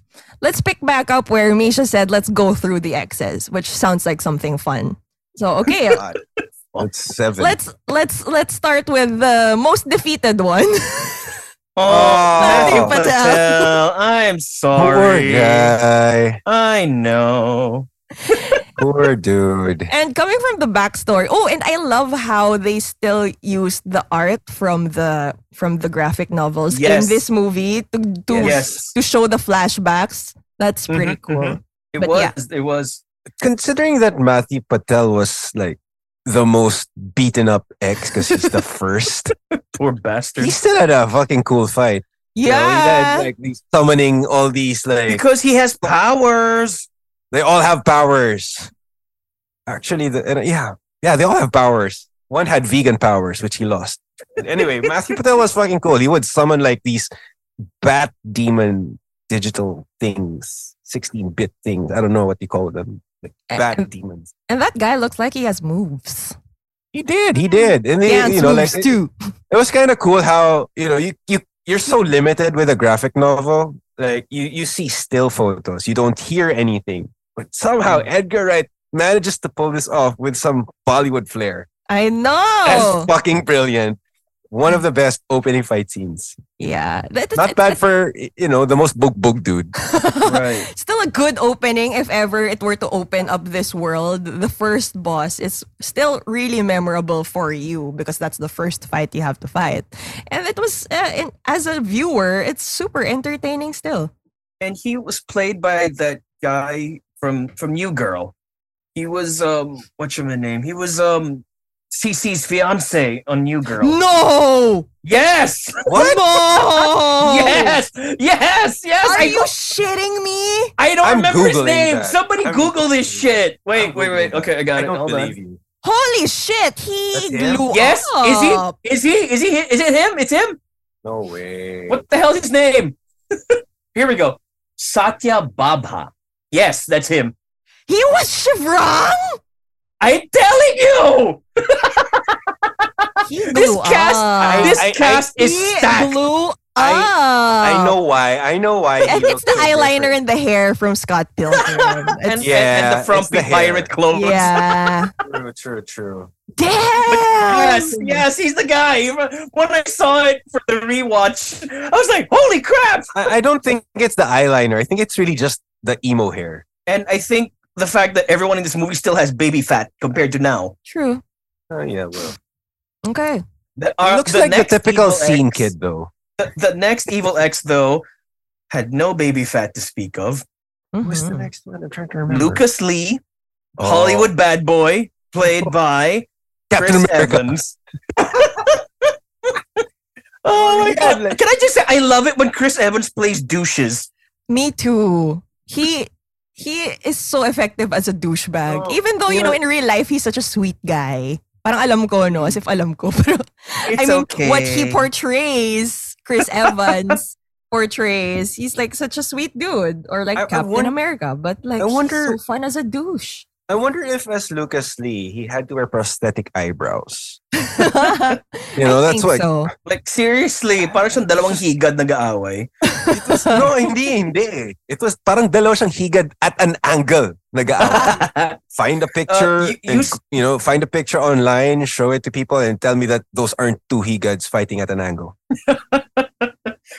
A: let's pick back up where Misha said, "Let's go through the X's," which sounds like something fun. So okay,
B: It's seven.
A: let's let's let's start with the most defeated one.
C: Oh,
A: Matthew
C: Matthew
A: Patel.
C: Patel. Oh, I'm
B: Poor
C: sorry.
B: guy.
C: I know.
B: Poor dude.
A: and coming from the backstory, oh, and I love how they still used the art from the from the graphic novels
C: Yes.
A: in this movie to to,
C: Yes.
A: to show the flashbacks. That's
B: Mm-hmm,
A: pretty
C: Mhm,
A: cool.
C: mhm. It
A: But
C: was.
A: yeah.
C: It was.
B: Considering that Matthew Patel was like the most beaten up ex because he's the first,
C: Poor bastard.
B: he still had a fucking cool fight. You know, he
A: Yeah.
B: had, like these summoning all these like
C: because he has powers.
B: they all have powers. Actually, the uh, yeah yeah they all have powers. One had vegan powers, which he lost. But anyway, Matthew Patel was fucking cool. He would summon like these bat demon digital things, sixteen bit things. I don't know what you call them, like
A: A-
B: bat
A: and-
B: demons.
A: and that guy looks like he has moves.
B: He did, he did, and they,
A: Dance
B: you know, like
A: moves too.
B: it was kind of cool how you know you you you're so limited with a graphic novel. Like you you see still photos, you don't hear anything, but somehow
A: Mm.
B: Edgar Wright manages to pull this off with some Bollywood flair.
A: I
B: That's
A: know.
B: fucking brilliant. One of the best opening fight scenes.
A: yeah, that,
B: Not bad for you know the most book book dude.
C: Right.
A: Still a good opening if ever it were to open up this world. The first boss is still really memorable for you because that's the first fight you have to fight, and it was uh, in, as a viewer, it's super entertaining still.
C: and he was played by that guy from from New Girl. He was um what's your name? He was um CC's fiance on New Girl.
A: No,
C: Yes,
B: What?
A: no,
C: yes, yes, yes.
A: Are
C: I,
A: you shitting me?
C: I don't
B: I'm
C: remember his
B: Googling
C: name.
B: that.
C: Somebody
B: I'm
C: Google this
B: Googling
C: shit. Wait,
B: I'm
C: wait, wait.
B: Googling
C: Okay, I got
B: I
C: it.
B: don't
C: Hold
B: believe
C: on.
B: you.
A: Holy shit, he
B: That's him?
A: blew
C: Yes, is he-
A: up.
C: Is he? Is he? Is it him? It's him.
B: No way.
C: What the hell's his name? Here we go. Satya Babha. Yes, that's him.
A: He was Chevron.
C: I'm telling you.
A: He
C: This
A: blew
C: cast-
A: up.
C: this
B: I- I-
C: cast is
A: he
C: stacked.
A: blew up.
B: I- I know why. I know why. he
A: And Oh. it's
B: looks
A: the
B: so
A: eyeliner
B: different.
A: and the hair from Scott Pilgrim.
C: and,
A: It's-
B: Yeah,
C: and, and the
B: it's the
C: frumpy
B: hair.
C: pirate
B: Oh,
C: clothes.
A: yeah.
B: True, true, true.
A: Damn.
C: Yes, yes, he's the guy. When I saw it for the rewatch, I was like, "Holy crap!"
B: I, I don't think it's the eyeliner. I think it's really just the emo hair.
C: And I think the fact that everyone in this movie still has baby fat compared to now.
A: True.
B: Oh yeah, well.
A: Okay.
C: That
B: He
C: are-
B: looks like Uh, the
C: next
B: typical
C: Evil
B: scene
C: X-
B: kid though.
C: The, the next Evil X though had no baby fat to speak of. Mm-hmm.
A: Mhm.
B: next one? I'm trying to
C: Lucas Lee,
B: Oh.
C: Hollywood bad boy, played by
B: Captain
C: Chris
B: America.
C: Evans. oh my god! Can I just say I love it when Chris Evans plays douches?
A: Me too. He he is so effective as a douchebag.
C: Oh,
A: Even though, you
C: yeah.
A: know, in real life, he's such a sweet guy. Parang alam ko, no? As if alam ko. Pero, I
C: It's
A: mean,
C: okay.
A: what he portrays, Chris Evans portrays, he's like such a sweet dude. Or like
B: I- I
A: Captain
B: won-
A: America. But like,
B: I
A: he's
B: wonder-
A: so fun as a douche.
B: I wonder if, as Lucas Lee, he had to wear prosthetic eyebrows. You know,
A: I
B: that's
A: think so.
B: why.
C: Like, seriously, parang siyang dalawang higad nag-aaway.
B: It was, no, hindi, hindi. It was parang dalawa siyang higad at an angle. nag Find a picture,
C: you-
B: and,
C: you
B: Uh, you,
C: s-
B: know, find a picture online, show it to people, and tell me that those aren't two higads fighting at an angle.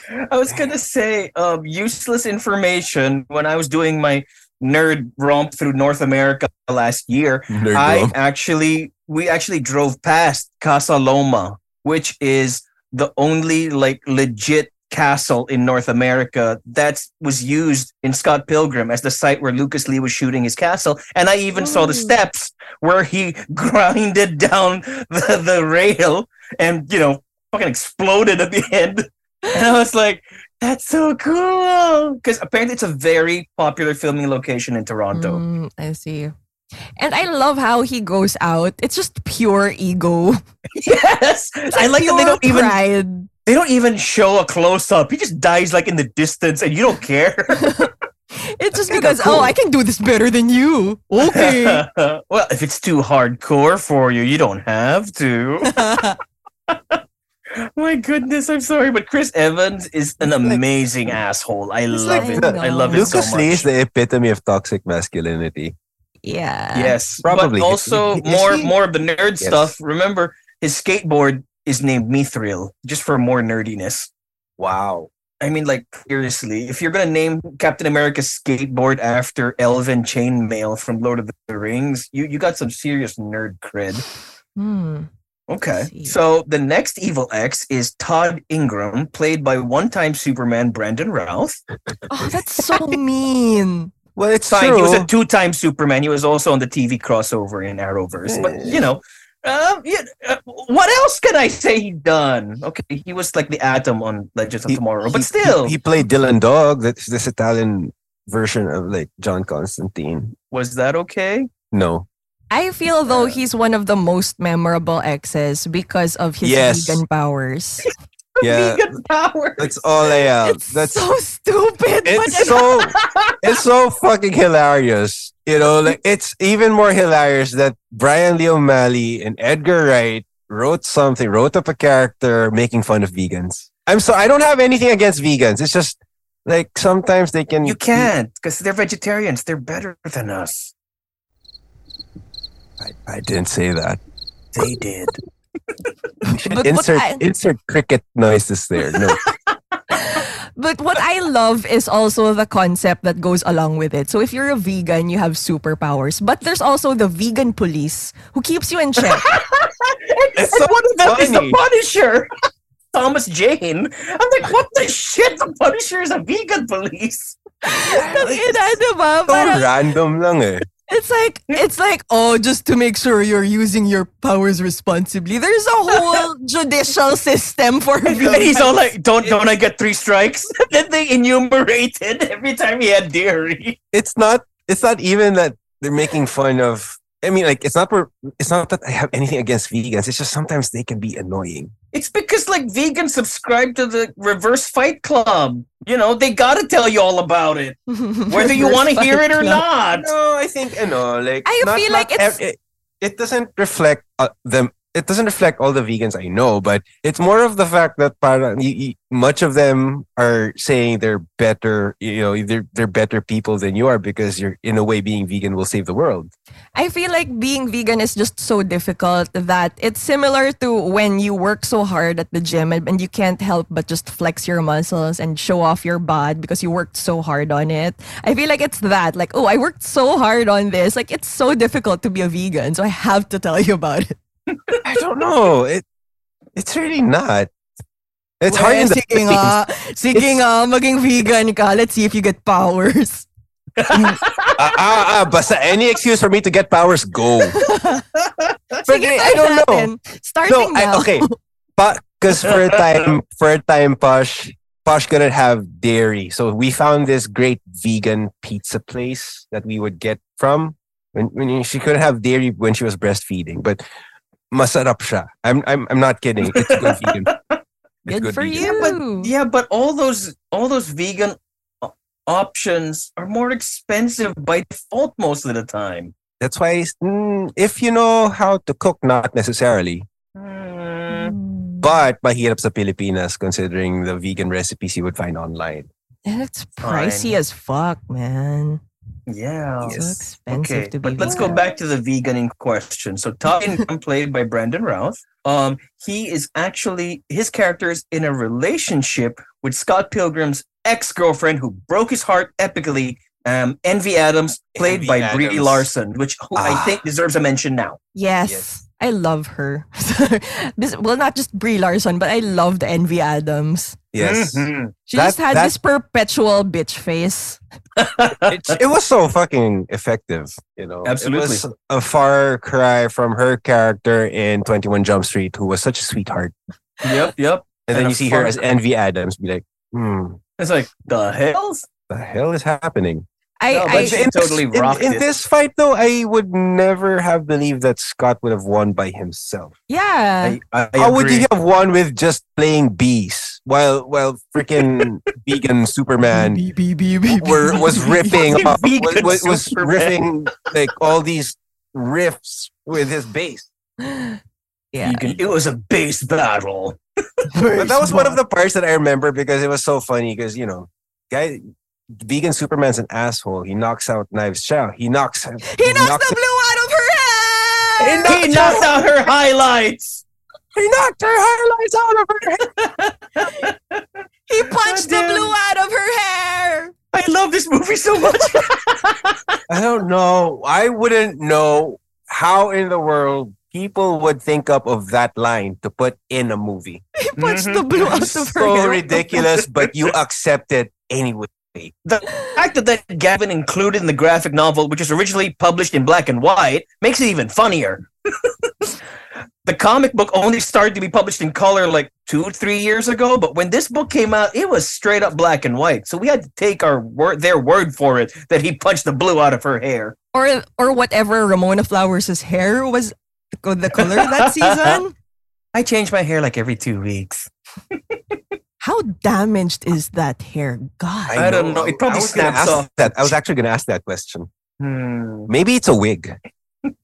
C: I was gonna say um, useless information when I was doing my nerd romp through North America last year.
B: Nerd
C: I
B: bro.
C: actually we actually drove past Casa Loma, which is the only like legit castle in North America that was used in Scott Pilgrim as the site where Lucas Lee was shooting his castle. And I even saw the
A: Ooh.
C: steps where he grinded down the, the rail and you know fucking exploded at the end. And I was like, that's so cool. Because apparently it's a very popular filming location in Toronto.
A: Mm, I see. And I love how he goes out. It's just pure ego.
C: Yes.
A: It's
C: I like that they
A: pure
C: don't even
A: pride.
C: They don't even show a close up. He just dies like in the distance, and you don't care.
A: It's just
B: kinda
A: because
B: cool.
A: oh, I can do this better than you. Okay.
C: well, if it's too hardcore for you, you don't have to. My goodness, I'm sorry, but Chris Evans is an amazing asshole. I
B: It's
C: love
B: like
C: it.
B: the-
C: I love it so
B: Lucas
C: much.
B: Lee is the epitome of toxic masculinity.
A: yeah.
C: yes,
B: Probably.
C: But also
B: Is he-
C: more
B: is he?
C: more of the nerd
B: Yes.
C: stuff. Remember, his skateboard is named Mithril, just for more nerdiness.
B: Wow.
C: I mean, like seriously, if you're gonna name Captain America's skateboard after Elven chainmail from Lord of the Rings, you you got some serious nerd cred.
A: Hmm.
C: Okay.
A: see.
C: So the next evil X is Todd Ingram, played by one-time Superman Brandon Routh.
A: Oh, that's so mean.
B: Well, it's
C: Fine,
B: true.
C: he was a two-time Superman. He was also on the TV crossover in Arrowverse.
B: Hmm.
C: But you know, um, yeah, uh, what else can I say he done? Okay, he was like the Atom on Legends of
B: He-
C: Tomorrow,
B: He-
C: but still,
B: he, he played Dylan Dog. That's this Italian version of like John Constantine.
C: was that okay?
B: No,
A: I feel though he's one of the most memorable exes because of his
B: Yes.
A: vegan powers.
B: yeah,
C: Vegan power.
B: that's all I am.
A: it's
B: Uh, That's
A: so stupid.
B: it's
A: but
B: so it's so fucking hilarious. You know, like it's even more hilarious that Brian Lee O'Malley and Edgar Wright wrote something, wrote up a character making fun of vegans. I'm so I don't have anything against vegans. It's just like sometimes they can
C: You can't, because they're vegetarians. They're better than us.
B: I, I didn't say that.
C: They did.
A: But what
B: insert
A: I-
B: insert cricket noises there. No.
A: But what I love is also the concept that goes along with it. So if you're a vegan, you have superpowers. But there's also the vegan police who keeps you in check.
B: It's
C: and
B: so
C: one of them is the
B: funny.
C: Punisher. Thomas Jane. I'm like, what the shit? The Punisher is a vegan police.
A: Tang ina, di ba?
B: So
A: Parang
B: random lang eh.
A: it's like it's like oh, just to make sure you're using your powers responsibly. There's a whole judicial system for
C: And he's
A: vegans.
C: all like, don't don't I get three strikes? then they enumerated every time he had dairy.
B: It's not it's not even that they're making fun of I mean like it's not per- it's not that I have anything against vegans. It's just sometimes they can be annoying.
C: It's because like vegans subscribe to the reverse fight club. You know, they gotta tell you all about it. Whether you wanna hear it or not.
B: No, I think you know, like
A: I feel like it's-
B: ev- it, it doesn't reflect uh, them. It doesn't reflect all the vegans I know, but it's more of the fact that parang, y- y- much of them are saying they're better, you know, they're, they're better people than you are because you're, in a way, being vegan will save the world.
A: I feel like being vegan is just so difficult that it's similar to when you work so hard at the gym and, and you can't help but just flex your muscles and show off your bod because you worked so hard on it. I feel like it's that, like, oh, I worked so hard on this. Like, it's so difficult to be a vegan, so I have to tell you about it.
B: I don't know. It, it's really not. It's hard in
A: Weh,
B: the
A: sige
B: Philippines.
A: nga, sige
B: It's-
A: nga, maging vegan ka. Let's see if you get powers.
B: ah, ah, ah, basta any excuse for me to get powers, go.
A: Sige,
B: I don't know.
A: natin. Starting
B: no, I,
A: now.
B: okay. Because for a time, for a time, Posh, Posh couldn't have dairy. So we found this great vegan pizza place that we would get from. When, when she couldn't have dairy when she was breastfeeding, but masarap siya. I'm, I'm, I'm not kidding. It's good vegan. It's
A: Good for
B: vegan.
A: you.
C: Yeah, but yeah, but all those all those vegan o- options are more expensive by default most of the time.
B: That's why, mm, if you know how to cook, not necessarily. Mm. But mahirap sa Pilipinas considering the vegan recipes you would find online.
A: And it's
C: Fine.
A: pricey as fuck, man.
C: Yeah.
A: So expensive
C: okay,
A: to be
C: but let's go
A: vegan.
C: back to the vegan in question. So Todd Income, played by Brandon Routh, um, he is actually his character is in a relationship with Scott Pilgrim's ex-girlfriend who broke his heart epically. Um, Envy Adams, played
B: Envy
C: by Brie
B: Adams.
C: Larson, which who I
B: Ah.
C: think deserves a mention now.
A: Yes.
B: Yes.
A: I love her. This- well, not just Brie Larson, but I loved Envy Adams.
B: Yes.
C: Mhm.
A: She
B: That-
A: just had
B: that-
A: this perpetual bitch face.
B: it, it was so fucking effective, you know.
C: Absolutely.
B: It was a far cry from her character in 21 Jump Street, who was such a sweetheart.
C: Yep, yep.
B: And then
C: And a
B: you see her
C: far
B: as
C: cry.
B: Envy Adams, be like, hmm,
C: It's like the hell.
B: the hell is happening?
A: I,
C: No, but
A: I
C: she
B: In this-
C: totally
B: in-
C: rocked
B: in,
C: it.
B: this fight, though, I would never have believed that Scott would have won by himself.
A: yeah.
C: I, I
B: How would he
C: agree.
B: have won with just playing bees while while freaking vegan Superman
A: Beep, beep, beep, beep,
B: were
A: beep, beep,
B: was
A: beep.
B: ripping
C: Fucking
B: off,
C: vegan
B: was, was
C: Superman.
B: riffing like all these riffs with his bass.
A: Yeah.
C: Vegan. It was a base battle.
B: But that was one of the parts that I remember because it was so funny because you know, guy vegan Superman's an asshole. He knocks out knives chow. He knocks he
A: He knocks the blue out of her head.
C: He knocked out her highlights.
B: he knocked her highlights out of her head.
A: He punched the
C: Goddamn.
A: blue out of her hair.
C: I love this movie so much.
B: I don't know. I wouldn't know how in the world people would think up of that line to put in a movie.
A: He punched
C: Mhm.
A: the blue out of her
B: So
A: hair.
B: ridiculous, but you accept it anyway.
C: The fact that that Gavin included in the graphic novel, which was originally published in black and white, makes it even funnier. the comic book only started to be published in color like two, three years ago, but when this book came out, it was straight up black and white. So we had to take our word, their word for it, that he punched the blue out of her hair.
A: or or whatever Ramona Flowers' hair was co- the color that season.
C: I change my hair like every two weeks.
A: How damaged is that hair? God.
C: I don't know. It probably
B: I was gonna
C: snaps
B: ask
C: off.
B: That. I was actually going to ask that question.
C: Hmm.
B: Maybe it's a wig.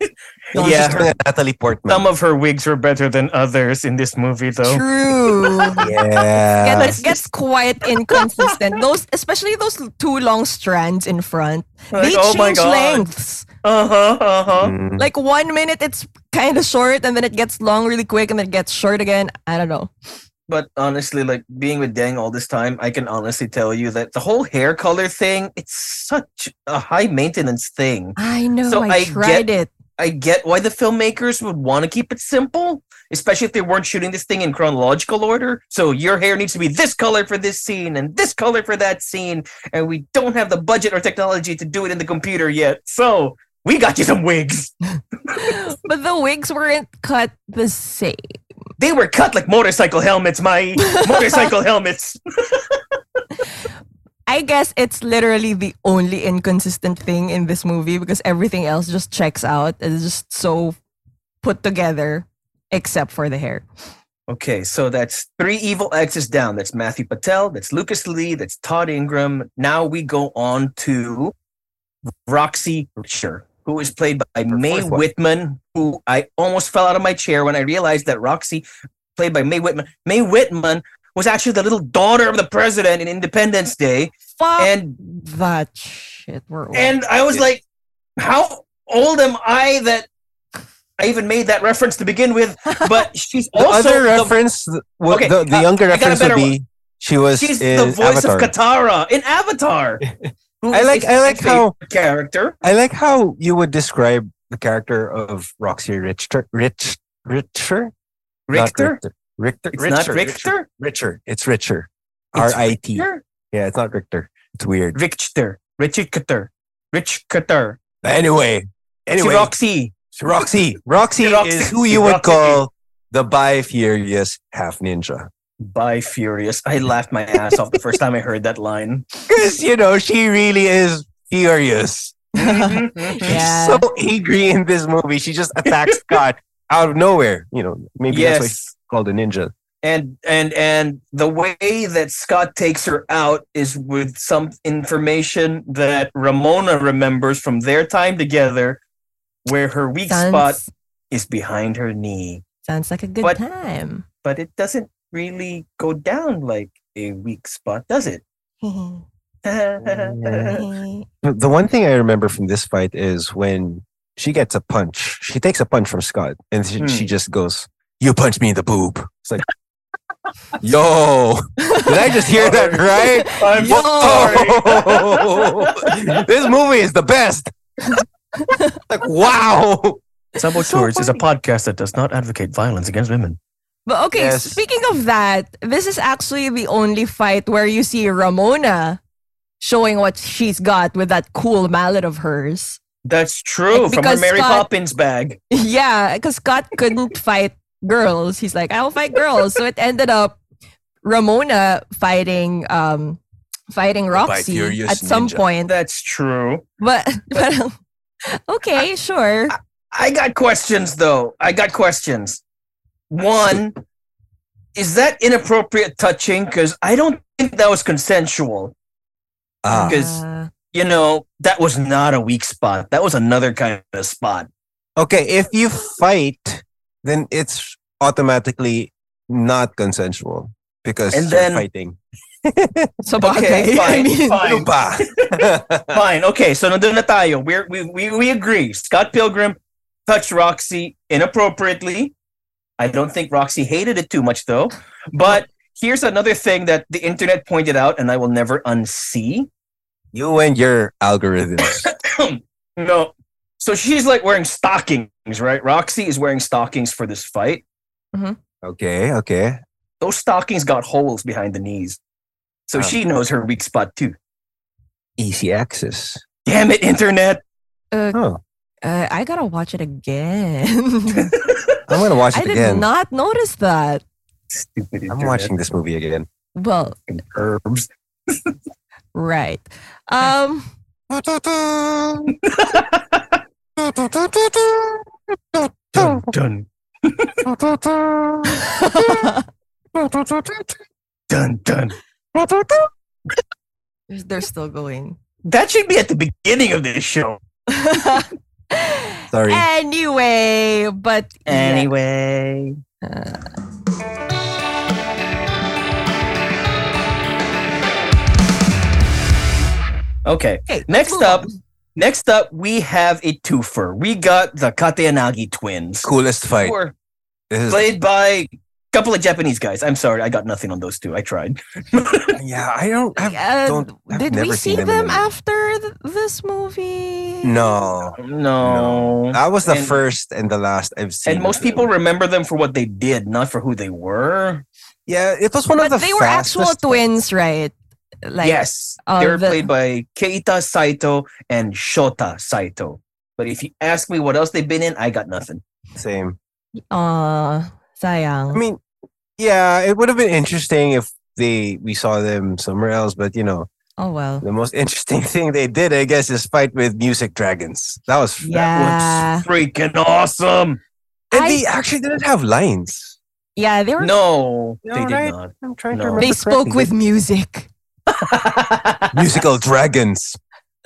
C: Yeah,
B: Just
C: her-
B: like Natalie Portman.
C: Some of her wigs were better than others in this movie, though.
A: True.
B: yeah.
A: Yeah, it gets quite inconsistent. Those, especially those two long strands in front, they
C: oh
A: change lengths.
C: Uh huh. Uh huh.
B: Mm.
A: Like one minute it's kind of short, and then it gets long really quick, and then it gets short again. I don't know.
C: But honestly, like being with Deng all this time, I can honestly tell you that the whole hair color thing, it's such a high maintenance thing.
A: I know.
C: So
A: I,
C: I
A: tried
C: get-
A: it.
C: I get why the filmmakers would want to keep it simple, especially if they weren't shooting this thing in chronological order. So your hair needs to be this color for this scene and this color for that scene. And we don't have the budget or technology to do it in the computer yet. So we got you some wigs.
A: but the wigs weren't cut the same.
C: They were cut like motorcycle helmets, my motorcycle helmets.
A: I guess it's literally the only inconsistent thing in this movie because everything else just checks out. It's just so put together, except for the hair.
C: Okay, so that's three evil exes down. That's Matthew Patel, that's Lucas Lee, that's Todd Ingram. Now we go on to Roxy Richard, who is played by Mae
B: fourth one.
C: Whitman, who I almost fell out of my chair when I realized that Roxy, played by Mae Whitman, Mae Whitman was actually the little daughter of the president in Independence Day.
A: Fuck
C: And
A: that shit. We're
C: and I was
B: Yes.
C: like, how old am I that I even made that reference to begin with? But she's
B: The
C: also
B: other
C: the-
B: reference, the, well,
C: Okay,
B: the, the
C: uh,
B: younger
C: got a
B: reference would
C: better
B: be she was
C: She's
B: in
C: the voice
B: Avatar.
C: of Katara in Avatar. who
B: I
C: is
B: like-
C: a
B: I like
C: fan
B: how-
C: favorite character.
B: I like how you would describe the character of Roxy Richter. Rich, Richter? Not
C: Richter.
B: Richter. Richter.
C: It's
B: Richter.
C: not Richter.
B: Richter. It's Richter.
C: It's
B: R I T.
C: Richter.
B: Yeah, it's not Richter. It's weird.
C: Richter. Richard Cutter. Rich Cutter.
B: Anyway, anyway,
C: Roxy.
B: Roxy. Roxy,
C: Roxy.
B: is who you would
C: Roxy.
B: call the bi-furious half ninja.
C: By Furious. I laughed my ass off the first time I heard that line.
B: Because, you know, she really is furious. She's
A: Yeah.
B: so angry in this movie. She just attacks Scott out of nowhere. You know, maybe that's why she's
C: yes.
B: called a ninja.
C: And and and the way that Scott takes her out is with some information that Ramona remembers from their time together where her weak
A: Sounds,
C: spot is behind her knee.
A: sounds like a good
C: But-
A: time.
C: But it doesn't really go down like a weak spot, does it?
B: But the one thing I remember from this fight is when she gets a punch. She takes a punch from Scott, and she,
C: Hmm.
B: she just goes, "You punched me in the boob." It's like, yo, did I just hear that right?
C: I'm
A: Yo!
B: Whoa! this movie is the best. like, wow.
C: Saboteur is a podcast that does not advocate violence against women.
A: But okay,
B: Yes.
A: speaking of that, this is actually the only fight where you see Ramona showing what she's got with that cool mallet of hers.
C: That's true.
A: Like,
C: From her
A: because
C: Mary
A: Scott-
C: Poppins bag.
A: yeah, because Scott couldn't fight girls. He's like, I'll fight girls. So it ended up Ramona fighting um fighting Roxy
B: furious
A: at some
B: ninja.
A: point.
C: That's true.
A: But but okay, sure.
B: uh,
C: I got questions though. I got questions. One, is that inappropriate touching? Because I don't think that was consensual.
B: Ah,
C: Because-
A: Uh,
C: You know, that was not a weak spot. That was another kind of spot.
B: okay, if you fight, then it's automatically not consensual because
C: And
B: you're
C: then-
B: fighting.
A: so bagay.
C: Okay,
A: I
C: fine,
A: mean,
B: Ano
C: fine,
B: ba?
C: fine. Okay, so nandun na tayo. We're, we we we agree. Scott Pilgrim touched Roxy inappropriately. I don't think Roxy hated it too much though. But here's another thing that the internet pointed out, and I will never unsee.
B: you and your algorithms.
C: No. So she's like wearing stockings, right? Roxy is wearing stockings for this fight.
B: Okay, okay.
C: Those stockings got holes behind the knees. So
B: Ah.
C: she knows her weak spot too.
B: Easy access.
C: Damn it, internet.
B: Oh,
A: uh, I gotta watch it again.
B: I'm gonna watch
A: I
B: it
A: did
B: again.
A: not notice that.
C: Stupid internet.
B: I'm watching this movie again.
A: Well,
C: herbs.
A: Right. Um
C: Dun, dun, dun, dun.
A: they're still going.
C: That should be at the beginning of this show.
B: Sorry.
A: Eh. anyway, but yeah.
C: Anyway. Okay.
A: Okay, let's
C: Next
A: move
C: up-
A: on.
C: Next up, we have a twofer. We got the Kateanagi twins.
B: Coolest fight.
C: Who are
B: This is-
C: played by a couple of Japanese guys. I'm sorry, I got nothing on those two. I tried.
B: yeah, I don't have.
A: Uh,
B: don't- I've
A: did we
B: never
A: see
B: seen
A: them,
B: them in a movie.
A: after th- this movie?
B: No,
C: No.
B: that was the
C: And-
B: first and the last I've seen.
C: And most
B: of them.
C: people remember them for what they did, not for who they were.
B: Yeah, it was one
A: but
B: of the.
A: they were actual
B: fastest-
A: twins, right? Like
C: yes,
A: uh,
C: they were
A: the-
C: played by Keita Saito and Shota Saito. But if you ask me what else they've been in, I got nothing.
B: Same.
A: uh sayang.
B: I mean, yeah, it would have been interesting if they we saw them somewhere else, but you know,
A: oh well.
B: the most interesting thing they did, I guess, is fight with music dragons. That was.
A: Yeah.
C: That was freaking awesome.
B: And
A: I-
B: they actually didn't have lines.
A: Yeah, they were
C: No, they did
B: Alright.
C: not.
B: I'm trying
C: No.
B: to remember.
A: they spoke
B: correctly.
A: with music.
B: musical dragons.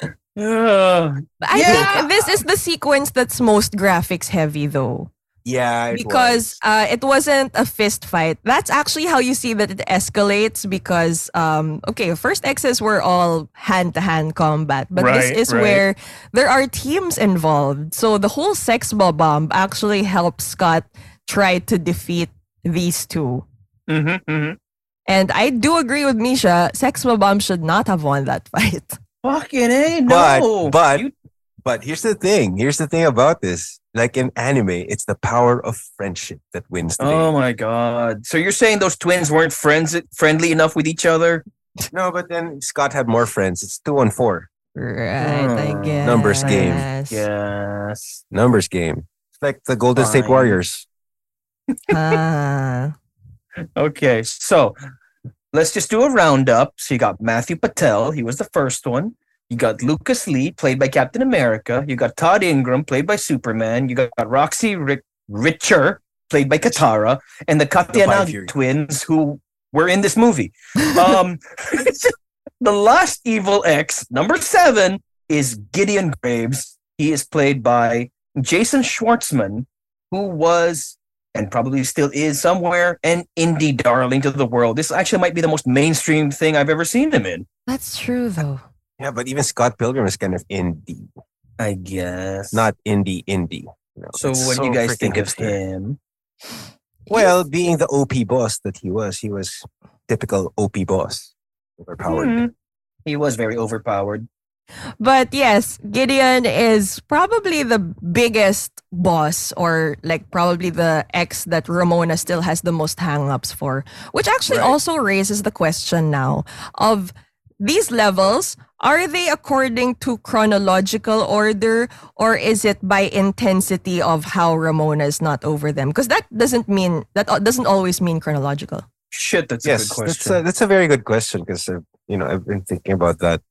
C: Yeah.
A: But I
C: Yeah.
A: think this is the sequence that's most graphics heavy though.
B: Yeah, it
A: because
B: was.
A: uh, it wasn't a fist fight. That's actually how you see that it escalates because um, okay, first X's were all hand to hand combat, but
C: Right,
A: this is
C: right.
A: where there are teams involved. So the whole sex bomb actually helped Scott try to defeat these two.
C: Mhm, mhm.
A: And I do agree with Misha. Sex bomb should not have won that fight.
C: Fucking A,
B: But-
C: no.
B: but-
C: You-
B: But here's the thing. Here's the thing about this. Like in anime, it's the power of friendship that wins the
C: Oh my god! So you're saying those twins weren't friends friendly enough with each other?
B: day. No, but then Scott had more friends. It's two on four.
A: Right, I
C: Hmm.
A: guess.
B: Numbers game.
C: Yes.
B: Numbers game. It's like the Golden State
C: Fine.
B: Warriors.
A: Ah.
C: Okay, so let's just do a roundup. So you got Matthew Patel. He was the first one. You got Lucas Lee, played by Captain America. You got Todd Ingram, played by Superman. You got Roxy Rick- Richer, played by Katara, and the
B: Fury.
C: Katyanagi twins, who were in this movie. Um, the last evil X, number seven, is Gideon Graves. He is played by Jason Schwartzman, who was and probably still is somewhere an indie darling to the world. This actually might be the most mainstream thing I've ever seen him in.
A: That's true, though.
B: Yeah, but even Scott Pilgrim is kind of indie,
C: I guess
B: not indie indie. you know.
C: So,
B: It's
C: what do you guys
B: freaking
C: think of
B: hipster.
C: him?
B: Well, being the OP boss that he was, he was typical OP boss. Overpowered.
C: Mhm. He was very overpowered.
A: But yes, Gideon is probably the biggest boss, or like probably the ex that Ramona still has the most hang-ups for. Which actually
C: Right.
A: also raises the question now of these levels. Are they according to chronological order, or is it by intensity of how Ramona is not over them? Because that doesn't mean that uh, doesn't always mean chronological.
C: Shit, that's a
B: yes,
C: good
B: that's
C: question.
B: a, that's a very good question because uh, you know I've been thinking about that.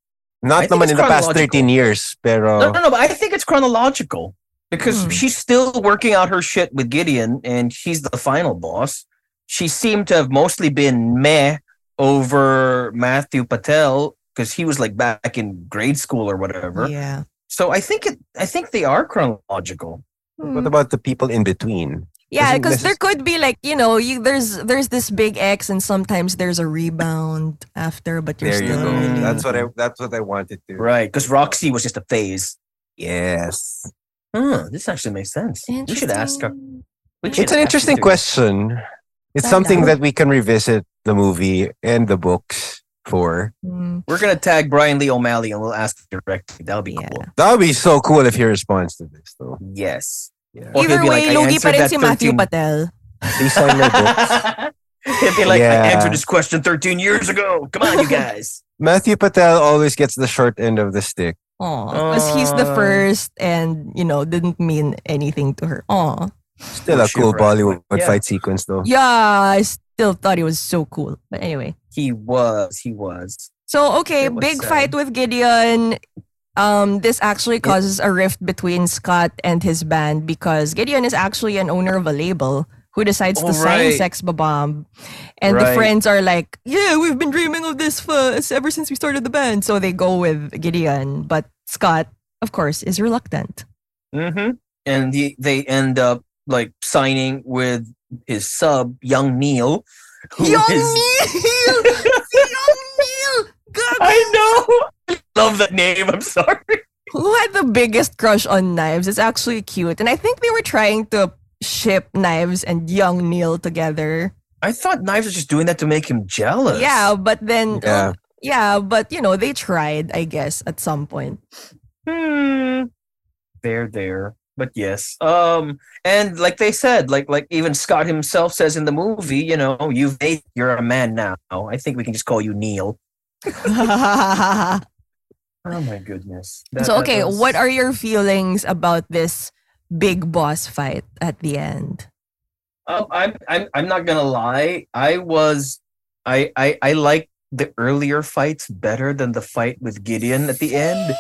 C: I
B: Not
C: think
B: naman
C: it's
B: in the past
C: chronological.
B: thirteen years, pero
C: No, no, no. But I think it's chronological because
A: Hmm.
C: she's still working out her shit with Gideon, and she's the final boss. She seemed to have mostly been meh over Matthew Patel because he was like back in grade school or whatever.
A: Yeah.
C: So I think it. I think they are chronological.
B: what about the people in between?
A: Yeah,
B: Doesn't
A: because there
B: necess-
A: could be like you know, you, there's there's this big X, and sometimes there's a rebound after, but you're
B: There you
A: still.
B: go.
C: Mm.
B: That's what I. That's what I wanted to.
C: Right, because Roxy was just a phase.
B: Yes.
C: Huh, this actually makes sense. We should ask her.
A: Interesting.
C: We should
B: It's an
C: ask
B: interesting
C: her.
B: question. It's
A: Find
B: something
A: out.
B: that we can revisit the movie and the books for.
A: Mm,
C: We're gonna tag Brian Lee O'Malley and we'll ask directly. That'll be
A: Yeah.
C: cool.
B: That would be so cool if he responds to this, though.
C: Yes.
B: Yeah.
C: Or he'll
A: Either
C: be like,
A: way,
C: "I
A: lugi pa
C: answered
A: rin
C: that
A: si Matthew
C: 13
A: Patel.
B: Please sign my books.
C: He'd be like,
B: Yeah.
C: I answered this question 13 years ago. Come on, you guys.
B: Matthew Patel always gets the short end of the stick.
A: because he's the
C: Oh.
A: first, and you know, didn't mean anything to her. Aw.
B: Still a
C: Which you're
B: cool
C: right.
B: Bollywood
C: Yeah.
B: fight sequence, though.
A: Yeah, I still thought he was so cool. But anyway,
C: He was. He was.
A: so okay,
C: It was
A: big
C: sad.
A: fight with Gideon. Um, this actually causes a rift between Scott and his band because Gideon is actually an owner of a label who decides
C: Oh,
A: to sign
C: right.
A: Sex Bomb, and the
C: Right.
A: friends are like, "Yeah, we've been dreaming of this for, ever since we started the band." So they go with Gideon, but Scott, of course, is reluctant.
C: Mm-hmm. And he, they end up like signing with his sub, Young Neil. who
A: Young
C: is-
A: Neil, Young Neil, Gag-
C: I know. I love that name. I'm sorry.
A: who had the biggest crush on knives is actually cute, and I think they were trying to ship knives and Young Neil together.
C: I thought Knives was just doing that to make him jealous.
A: Yeah, but then yeah.
B: Yeah.
A: yeah, but you know, they tried, I guess, at some point.
C: Hmm. There, there. But yes. Um, and like they said, like like even Scott himself says in the movie, you know, you've made you're a man now. I think we can just call you Neil.
A: so
C: Oh my goodness.
A: okay, what are your feelings about this big boss fight at the end?
C: Oh, I'm I'm I'm not gonna lie. I was I I I like the earlier fights better than the fight with Gideon at the end.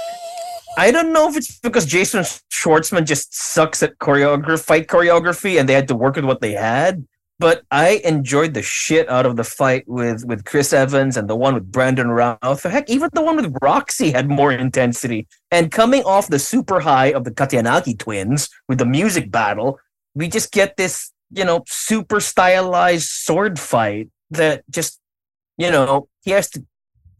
C: I don't know if it's because Jason Schwartzman just sucks at choreography, fight choreography, and they had to work with what they had. But I enjoyed the shit out of the fight with with Chris Evans and the one with Brandon Routh. Heck, even the one with Roxy had more intensity. And coming off the super high of the Katyanagi twins with the music battle, we just get this, you know, super stylized sword fight that just, you know, he has to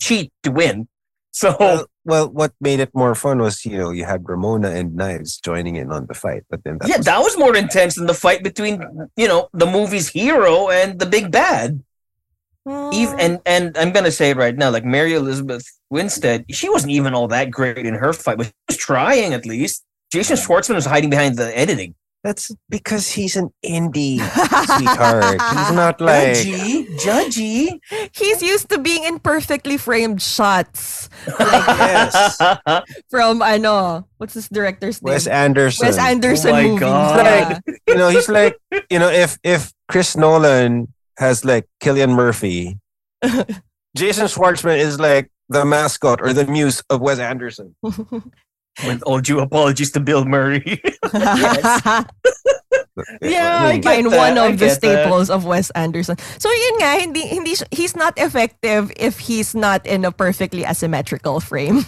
C: cheat to win. So
B: Well, well, what made it more fun was, you know, you had Ramona and Knives joining in on the fight, but then that
C: yeah,
B: was
C: that was more intense than the fight between you know the movie's hero and the big bad. Eve and and I'm gonna say it right now, like Mary Elizabeth Winstead, she wasn't even all that great in her fight, but she was trying at least. Jason Schwartzman was hiding behind the editing.
B: That's because he's an indie sweetheart. He's not like
C: judgy, judgy.
A: He's used to being in perfectly framed shots
B: Yes.
A: from I know what's this director's name?
B: Wes Anderson.
A: Wes Anderson
C: Oh my
A: movies.
C: God.
A: yeah.
B: you know, he's like you know, if if Chris Nolan has like Killian Murphy, Jason Schwartzman is like the mascot or the muse of Wes Anderson.
C: With all due apologies to Bill Murray.
A: yes.
C: Yeah,
B: Hmm.
C: I get
A: in
C: that,
A: one
C: I
A: of the
C: get that.
A: staples of Wes Anderson. So yun nga, hindi, hindi, siya- he's not effective if he's not in a perfectly asymmetrical frame.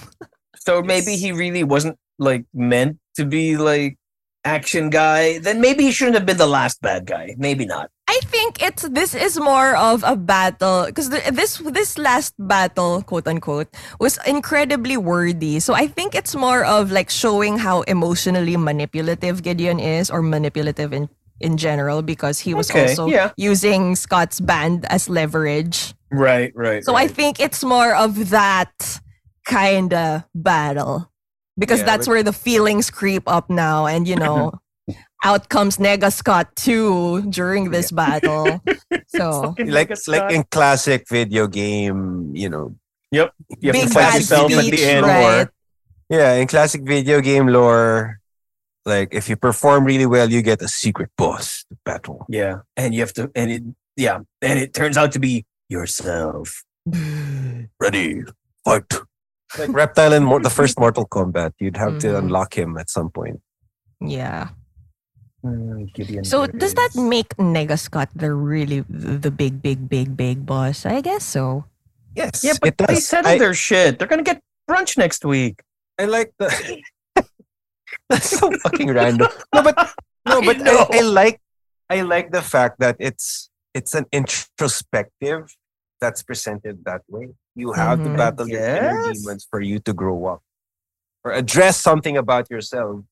C: So maybe he really wasn't like meant to be like action guy, then maybe he shouldn't have been the last bad guy. Maybe not.
A: I think it's this is more of a battle because this this last battle, quote unquote, was incredibly wordy. So I think it's more of like showing how emotionally manipulative Gideon is, or manipulative in in general, because he was
C: Okay,
A: also
C: yeah.
A: using Scott's band as leverage.
C: Right, right.
A: So I think it's more of that kind of battle because
B: Yeah,
A: that's
B: but-
A: where the feelings creep up now, and you know, out comes Nega Scott too during this battle. So
B: like like in classic video game, you know.
C: you have
A: big
C: to fight
A: bad
C: yourself at
A: speech,
C: the end.
A: right?
B: Yeah, in classic video game lore, like if you perform really well, you get a secret boss to battle.
C: Yeah, and you have to, and it, yeah, and it turns out to be yourself.
B: Ready, fight. Like Reptile in Mor- the first Mortal Kombat, you'd have
A: Mhm.
B: to
C: Mm-hmm.
B: unlock him at some point.
A: Yeah.
C: Gideon
A: So does that make Nega Scott the really the big, big, big, big boss? I guess so.
B: Yes,
C: Yeah, but
B: it
C: they
B: does.
C: settled
B: I-
C: their shit. They're gonna get brunch next week.
B: I like the. That's so fucking random. No, but no,
C: I
B: but
C: know.
B: I, I like I like the fact that it's it's an introspective that's presented that way. You have
A: Mhm.
B: to battle your inner
C: Mm-hmm. Yes.
B: demons for you to grow up, or address something about yourself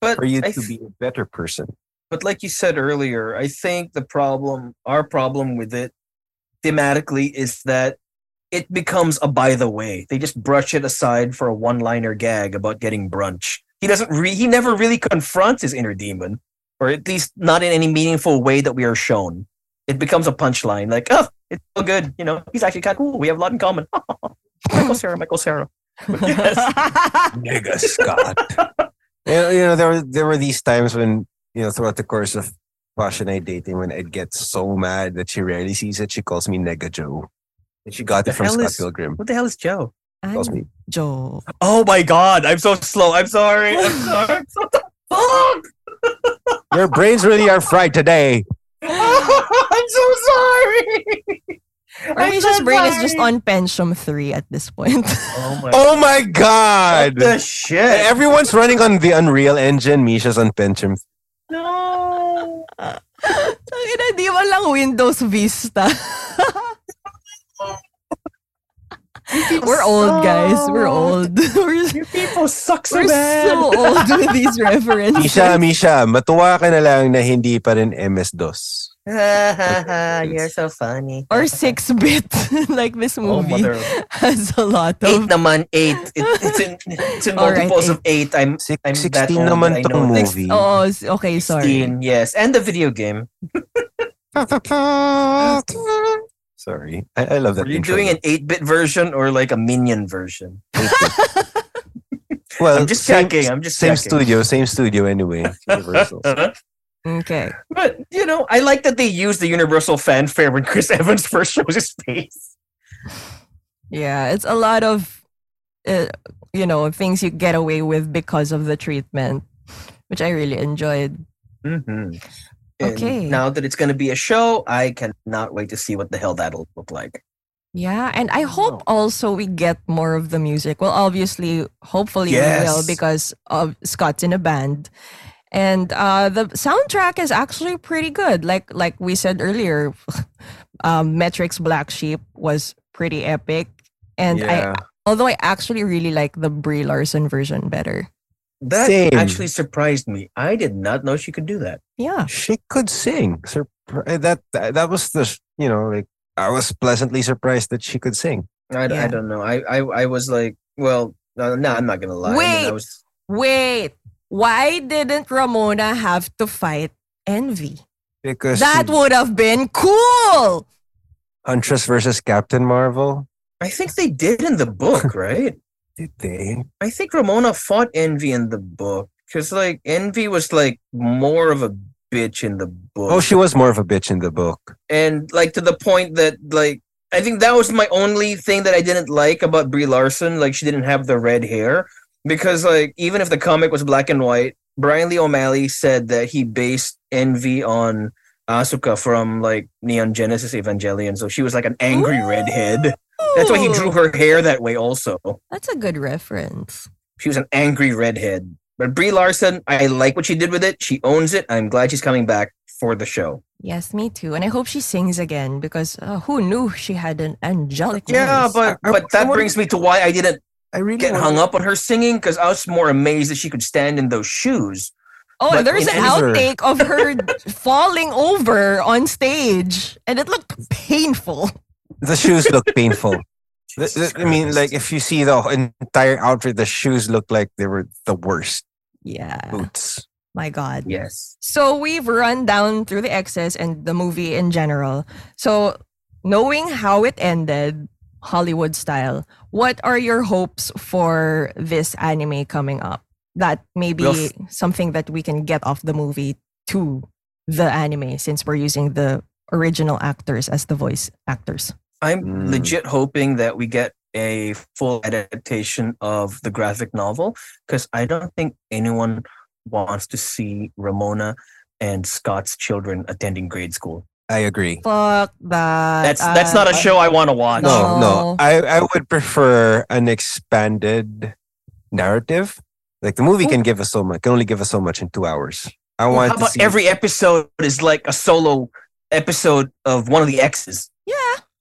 C: But
B: for you
C: I
B: to
C: th-
B: be a better person.
C: but like you said earlier, I think the problem, our problem with it, thematically, is that it becomes a by the way. They just brush it aside for a one-liner gag about getting brunch. He doesn't. Re- he never really confronts his inner demon, or at least not in any meaningful way that we are shown. It becomes a punchline, like, "Oh, it's so good. You know, he's actually kind of cool. We have a lot in common." Michael Sarah, Michael Sarah. Yes.
B: Nigga Scott. you, know, you know, there were there were these times when you know throughout the course of Posh and I dating when Ed gets so mad that she rarely sees it, she calls me Nega Joe. And she got
C: The
B: it from
C: hell
B: Scott
C: is-
B: Pilgrim.
C: What the hell is Joe?
B: Calls
A: I'm
B: me.
A: Joe.
C: Oh my God! I'm so slow. I'm sorry. I'm sorry. What the fuck?
B: Your brains really are fried today.
C: I'm so sorry.
A: Armisia's brain is just on Pension 3 at this point.
C: Oh my
B: Oh my god!
C: the shit.
B: Everyone's running on the Unreal Engine. Misha's on Pentium.
C: No.
A: Ang ina, di man lang Windows Vista. We're old, guys. We're old. We're,
C: You people suck so
A: we're
C: bad.
A: so old with these references.
B: Misha, Misha, matuwa ka na lang na hindi pa rin MS-DOS.
C: You're so funny.
A: Or 6-bit, like this
C: Oh,
A: movie
C: mother. of-
A: has a lot
C: Eight
A: of...
C: naman, eight. It, it's in, it's in
A: All right,
C: multiples of eight. I'm
B: Six,
C: I'm that
B: 16
C: old, I
B: naman
C: know
B: tong
C: that.
A: Six,
B: movie.
A: oh, s- okay, sorry.
C: 16, yes. And the video game.
B: Sorry. I, I love that
C: Were you
B: intro.
C: doing an 8 bit version or like a minion version?
B: Well,
C: I'm just
B: Uh, same,
C: checking. I'm just
B: Same
C: checking. Uh-huh.
B: studio, same studio anyway. Universal.
A: Okay.
C: But you know, I like that they use the universal fanfare when Chris Evans first shows his face.
A: Yeah, it's a lot of, uh, you know, things you get away with because of the treatment, which I really enjoyed.
C: Mm-hmm.
A: Okay.
C: Now that it's going to be a show, I cannot wait to see what the hell that'll look like.
A: Yeah, and I hope also we get more of the music. Well, obviously, hopefully we will
C: Yes.
A: because of Scott's in a band. And uh, the soundtrack is actually pretty good. Like like we said earlier, um, Metric's Black Sheep was pretty epic. And
B: yeah.
A: I although I actually really like the Brie Larson version better.
C: That
B: Same.
C: actually surprised me. I did not know she could do that.
A: Yeah.
B: she could sing. Surpri- eh, that that was the you know like I was pleasantly surprised that she could sing.
C: I,
A: Yeah.
C: I don't know. I, I I was like, well, no, no I'm not going to lie. I mean, I
A: Wait.
C: was,
A: Wait, why didn't Ramona have to fight Envy?
B: Because
A: That would have been cool.
B: Huntress versus Captain Marvel.
C: I think they did in the book, right?
B: Did they?
C: I think Ramona fought Envy in the book because, like, Envy was like more of a bitch in the book.
B: Oh, she was more of a bitch in the book.
C: and like to the point that like I think that was my only thing that I didn't like about Brie Larson. Like she didn't have the red hair because like even if the comic was black and white, Brian Lee O'Malley said that he based Envy on Asuka from like Neon Genesis Evangelion, so she was like an angry redhead. That's why he drew her hair that way. Also,
A: That's a good reference.
C: she was an angry redhead. But Brie Larson, I like what she did with it. She owns it. I'm glad she's coming back for the show.
A: Yes, me too. And I hope she sings again because uh, who knew she had an angelic
C: Yeah,
A: voice?
C: but
B: I- I- I
C: but that
B: wanna-
C: brings me to why I didn't
B: I really
C: get
B: wanna-
C: hung up on her singing because I was more amazed that she could stand in those shoes.
A: oh,
C: but
A: there's
C: it
A: an
B: is her.
A: outtake of her falling over on stage, and it looked painful.
B: The shoes look painful. The- the- I mean, like if you see the entire outfit, the shoes look like they were the worst
A: Yeah,
B: boots.
A: my God.
C: Yes.
A: So we've run down through the excess and the movie in general. So knowing how it ended, Hollywood style, what are your hopes for this anime coming up? That may be
C: We'll
A: something that we can get off the movie to the anime since we're using the original actors as the voice actors.
C: I'm
B: Mm.
C: legit hoping that we get a full adaptation of the graphic novel because I don't think anyone wants to see Ramona and Scott's children attending grade school.
B: I agree.
A: Fuck that.
C: That's that's not a
A: Uh,
C: show I want to watch.
B: No,
A: No.
C: Oh.
B: no. I, I would prefer an expanded narrative. Like the movie can give us so much, can only give us so much in two hours. I
C: Well,
B: want
C: How
B: to
C: about
B: see
C: every episode is like a solo episode of one of the exes?
A: Yeah,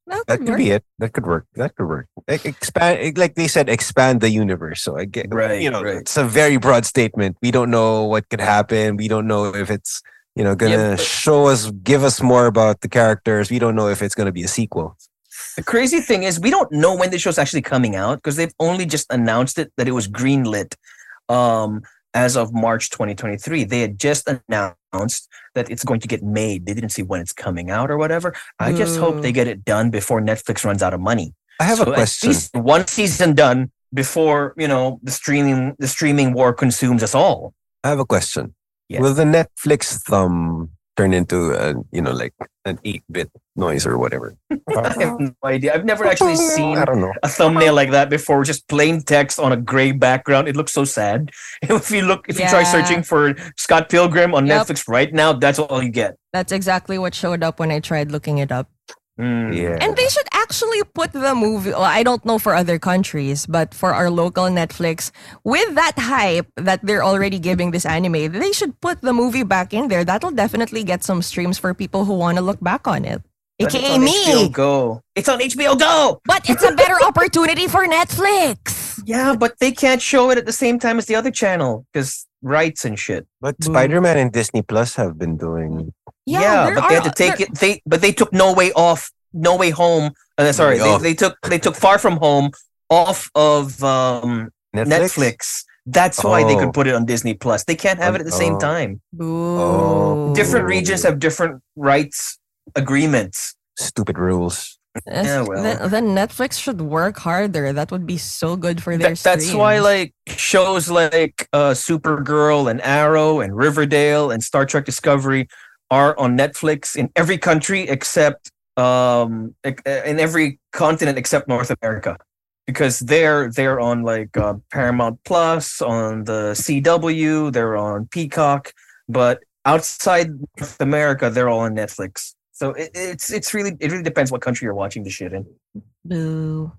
A: that
B: that
A: could,
B: could
A: work.
B: be it. That could work. That could work. E- Expand, like they said, expand the universe. So I get,
C: Right,
B: you know,
C: right.
B: it's a very broad statement. We don't know what could happen. We don't know if it's, you know, gonna
C: Yeah, but-
B: show us, give us more about the characters. We don't know if it's gonna be a sequel.
C: The crazy thing is, we don't know when the show's actually coming out because they've only just announced it that it was greenlit um, as of March 2023. They had just announced that it's going to get made. They didn't see when it's coming out or whatever. I just hope they
A: Boo.
C: get it done before Netflix runs out of money.
B: Mm. I have
C: So
B: a
C: at
B: question.
C: least one season done before you know the streaming the streaming war consumes us all.
B: I have a question.
C: Yes.
B: Will the Netflix thumb turn into a, you know, like an eight bit noise or whatever?
C: I have no idea. I've never actually seen
B: I don't know.
C: a thumbnail like that before, just plain text on a gray background. It looks so sad. If you look, if you try
A: Yeah.
C: searching for Scott Pilgrim on
A: Yep.
C: Netflix right now, that's all you get.
A: That's exactly what showed up when I tried looking it up.
C: Mm.
B: Yeah.
A: And they should actually put the movie. Well, I don't know for other countries, but for our local Netflix, with that hype that they're already giving this anime, they should put the movie back in there. That'll definitely get some streams for people who want to look back on it,
C: But it's
A: aka
C: on
A: me.
C: HBO Go. It's on HBO Go.
A: But it's a better opportunity for Netflix.
C: Yeah, but they can't show it at the same time as the other channel because rights and shit.
B: But Spider Man and Disney Plus have been doing.
A: Yeah, there
C: but they had
A: are-
C: to take
A: there-
C: it. They but they took No Way Off, No Way Home. Uh,
B: Way
C: sorry, they,
B: Off.
C: they took they took Far From Home off of um, Netflix. That's why they
B: Oh.
C: could put it on Disney Plus. They can't have it at the same
B: Oh.
C: time.
A: Boo.
B: Oh.
C: different
B: Ooh.
C: regions have different rights agreements.
B: Stupid rules.
C: Yeah, well.
A: Then, then Netflix should work harder. That would be so good for their.
C: Th- that's why,
A: streams.
C: like shows like uh, Supergirl and Arrow and Riverdale and Star Trek Discovery are on Netflix in every country except um, ec- in every continent except North America, because they're they're on like uh, Paramount Plus, on the CW, they're on Peacock, but outside North America, they're all on Netflix. So it, it's it's really it really depends what country you're watching the shit in.
A: Boo.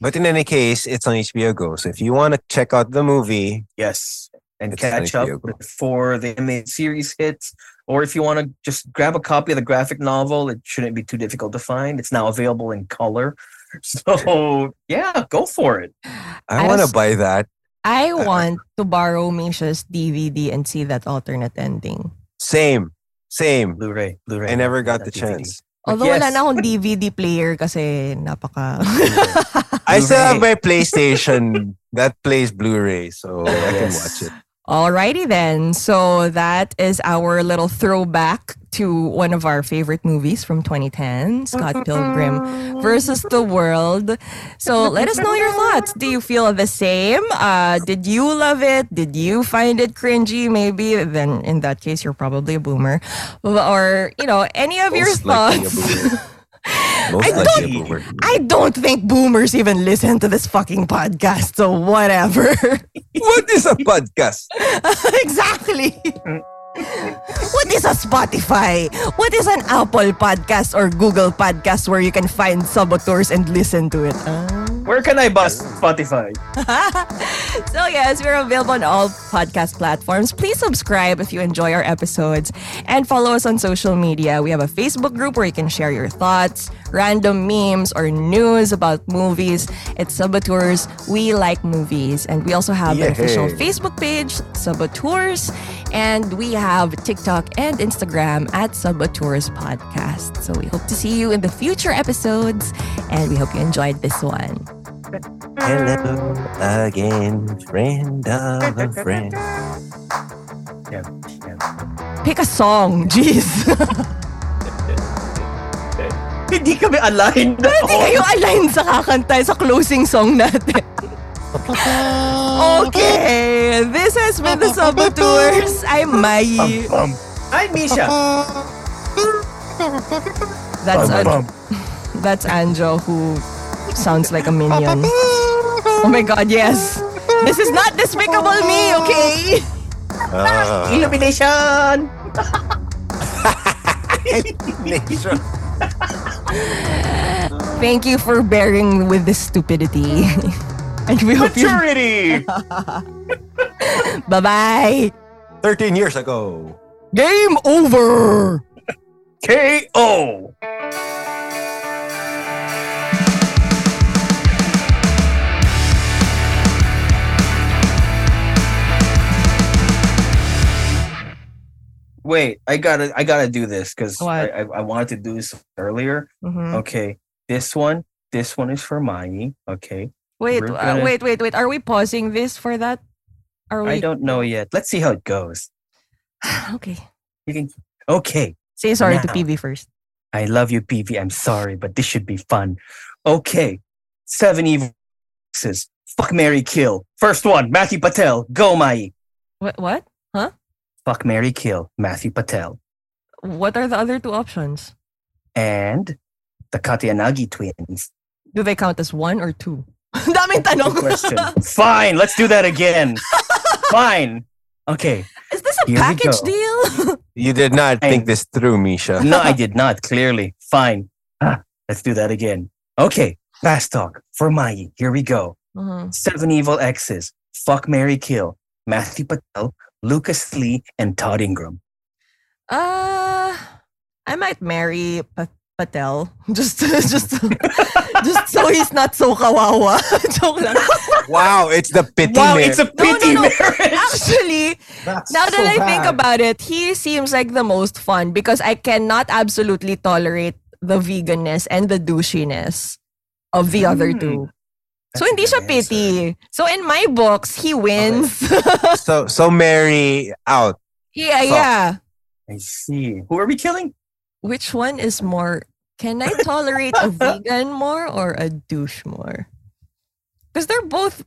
B: But in any case, it's on HBO Go. So if you want to check out the movie,
C: Yes, and
B: It's like
C: catch up
B: Diego.
C: before the animated series hits. Or if you want to just grab a copy of the graphic novel, it shouldn't be too difficult to find. It's now available in color. So yeah, go for it.
B: I,
A: I
B: want to
A: also-
B: buy that.
A: I
B: Uh,
A: want to borrow Misha's DVD and see that alternate ending.
B: Same, same.
C: Blu-ray, Blu-ray.
B: I never got
C: not
B: the
C: DVD.
B: chance.
A: Although wala
C: Yes.
A: na akong DVD player kasi napaka...
B: I still have my
C: Blu-ray.
B: PlayStation that plays Blu-ray, so I can
C: Yes.
B: watch it.
A: Alrighty then. So that is our little throwback to one of our favorite movies from 2010, Scott Pilgrim versus the World. So let us know your thoughts. Do you feel the same? Uh, did you love it? Did you find it cringy? Maybe then in that case you're probably a boomer, or you know any of your
B: Most likely a
A: thoughts.
B: boomer. Most
A: I
B: likely a
C: don't-
B: boomer.
A: I don't think boomers even listen to this fucking podcast, so whatever.
B: What is a podcast?
A: exactly. what is a Spotify? What is an Apple podcast or Google podcast where you can find saboteurs and listen to it? Uh,
C: Where can I buy Spotify?
A: so yes, we're available on all podcast platforms. Please subscribe if you enjoy our episodes and follow us on social media. We have a Facebook group where you can share your thoughts, random memes, or news about movies. It's Saboteurs. We like movies. And we also have an
B: Yay.
A: official Facebook page, Saboteurs. And we have TikTok and Instagram at Saboteurs Podcast. So we hope to see you in the future episodes. And we hope you enjoyed this one.
B: Hello again, friend of a friend.
C: Yeah,
A: Pick a song. Jeez.
C: Hindi kami aligned na
A: Hindi kayo aligned sa kakanta sa closing song natin.
C: Oh.
A: okay. This has been the Saboteurs. I'm Mai.
C: Um, Hi, Misha.
A: That's An- that's Anjo who sounds like a minion. Oh my god, yes. This is not despicable me, okay?
C: Illumination!
A: Thank you for bearing with this stupidity. and we hope you
C: Maturity!
A: Bye-bye.
B: 13 years ago.
A: Game over.
C: K.O. Wait, I gotta, I gotta do this because I,
A: What?
C: I, I wanted to do this earlier.
A: Mhm.
C: Okay, this one, this one is for Mai. Okay,
A: Wait,
C: we're
A: uh,
C: gonna-
A: wait, wait, wait. Are we pausing this for that? Are
C: I
A: we?
C: don't know yet. Let's see how it goes.
A: okay.
C: You can, okay.
A: Say sorry to
C: Now.
A: PB first.
C: I love you, PV. I'm sorry, but this should be fun. Okay. Seven evil exes. Fuck Mary Kill. First one, Matthew Patel. Go, Mai.
A: What? What?
C: Fuck Mary Kill, Matthew Patel.
A: What are the other two options?
C: And the Katyanagi twins.
A: Do they count as one or two? Ang Daming tanong.
C: Good question. Fine, let's do that again. Fine. Okay.
A: Is this a
C: Here we
A: package
C: go.
A: deal?
B: You did not
C: Hey.
B: think this through, Misha.
C: No, I did not, clearly. Fine. Ah, let's do that again. Okay. Fast talk for Mai. Here we go.
A: Mhm.
C: Seven Evil Exes, Fuck Mary Kill, Matthew Patel, Lucas Lee, and Todd Ingram.
A: Uh, I might marry Pa- Patel just just just so he's not so kawawa. Joke lang.
B: Wow, it's the pity.
C: a
A: pity no, no.
C: marriage.
A: Actually, now that I think about it, he seems like the most fun because I cannot absolutely tolerate the veganness and the douchiness of the other
C: Hmm.
A: two. so hindi siya pity. So in my books, he wins.
B: so so Mary out.
A: yeah,
B: Fuck.
A: yeah.
C: I see. Who are we killing?
A: Which one is more? Can I tolerate a vegan more or a douche more? Because they're both.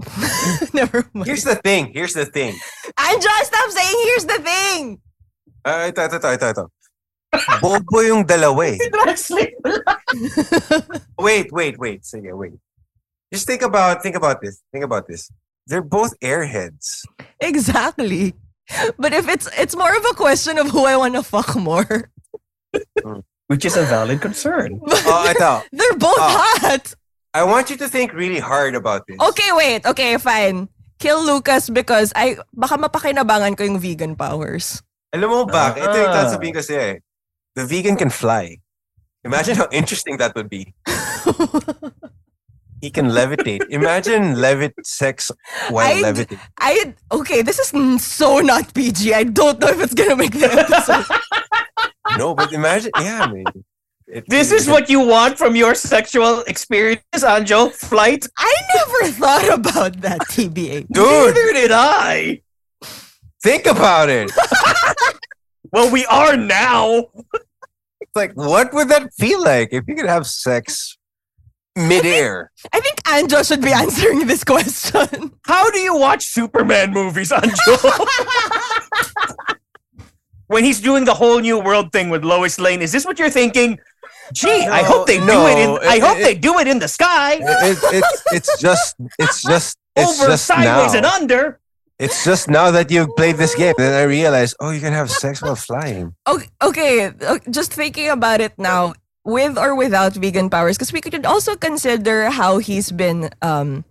A: Never mind.
B: Here's the thing. Here's the thing.
A: Anjo, stop saying here's the thing.
B: Ah, ito, ito, ito, ito, ito. Bobo yung dalawa eh. Wait, wait, wait. Sige, wait. Just think about think about this. Think about this. They're both airheads.
A: Exactly. But if it's it's more of a question of who I want to fuck more.
C: Which is a valid concern.
A: But
B: Oh, ito.
A: they're both
B: Ah.
A: hot.
B: I want you to think really hard about this.
A: Okay, wait. Okay, fine. Kill Lucas because I baka mapakinabangan ko yung vegan powers.
B: Alam mo ba,
C: Ah.
B: ito yung sasabihin ko sa'yo eh. The vegan can fly. Imagine how interesting that would be. He can levitate. Imagine levit sex while
A: I-
B: levitating.
A: I okay, this is n- so not PG. I don't know if it's gonna make the episode.
B: No, but imagine, yeah, man. It-
C: This is what you want from your sexual experiences, Anjo? Flight?
A: I never thought about that, TBA.
B: dude.
C: Neither did I.
B: Think about it.
C: Well, we are now.
B: It's like, what would that feel like if you could have sex midair?
A: I think Anjo should be answering this question.
C: How do you watch Superman movies, Anjo? when he's doing the whole new world thing with Lois Lane, is this what you're thinking? Gee, I
B: No,
C: hope they
B: no,
C: do it. In, I
B: it-
C: hope
B: it-
C: they do it in the sky,
B: It- it- it's it's just it's just it's
C: over,
B: just
C: sideways, and
B: now.
C: under.
B: It's just now that you've played this game that I realize, oh, you can have sex while flying.
A: Okay, okay, o- just thinking about it now, with or without vegan powers because we could also consider how he's been um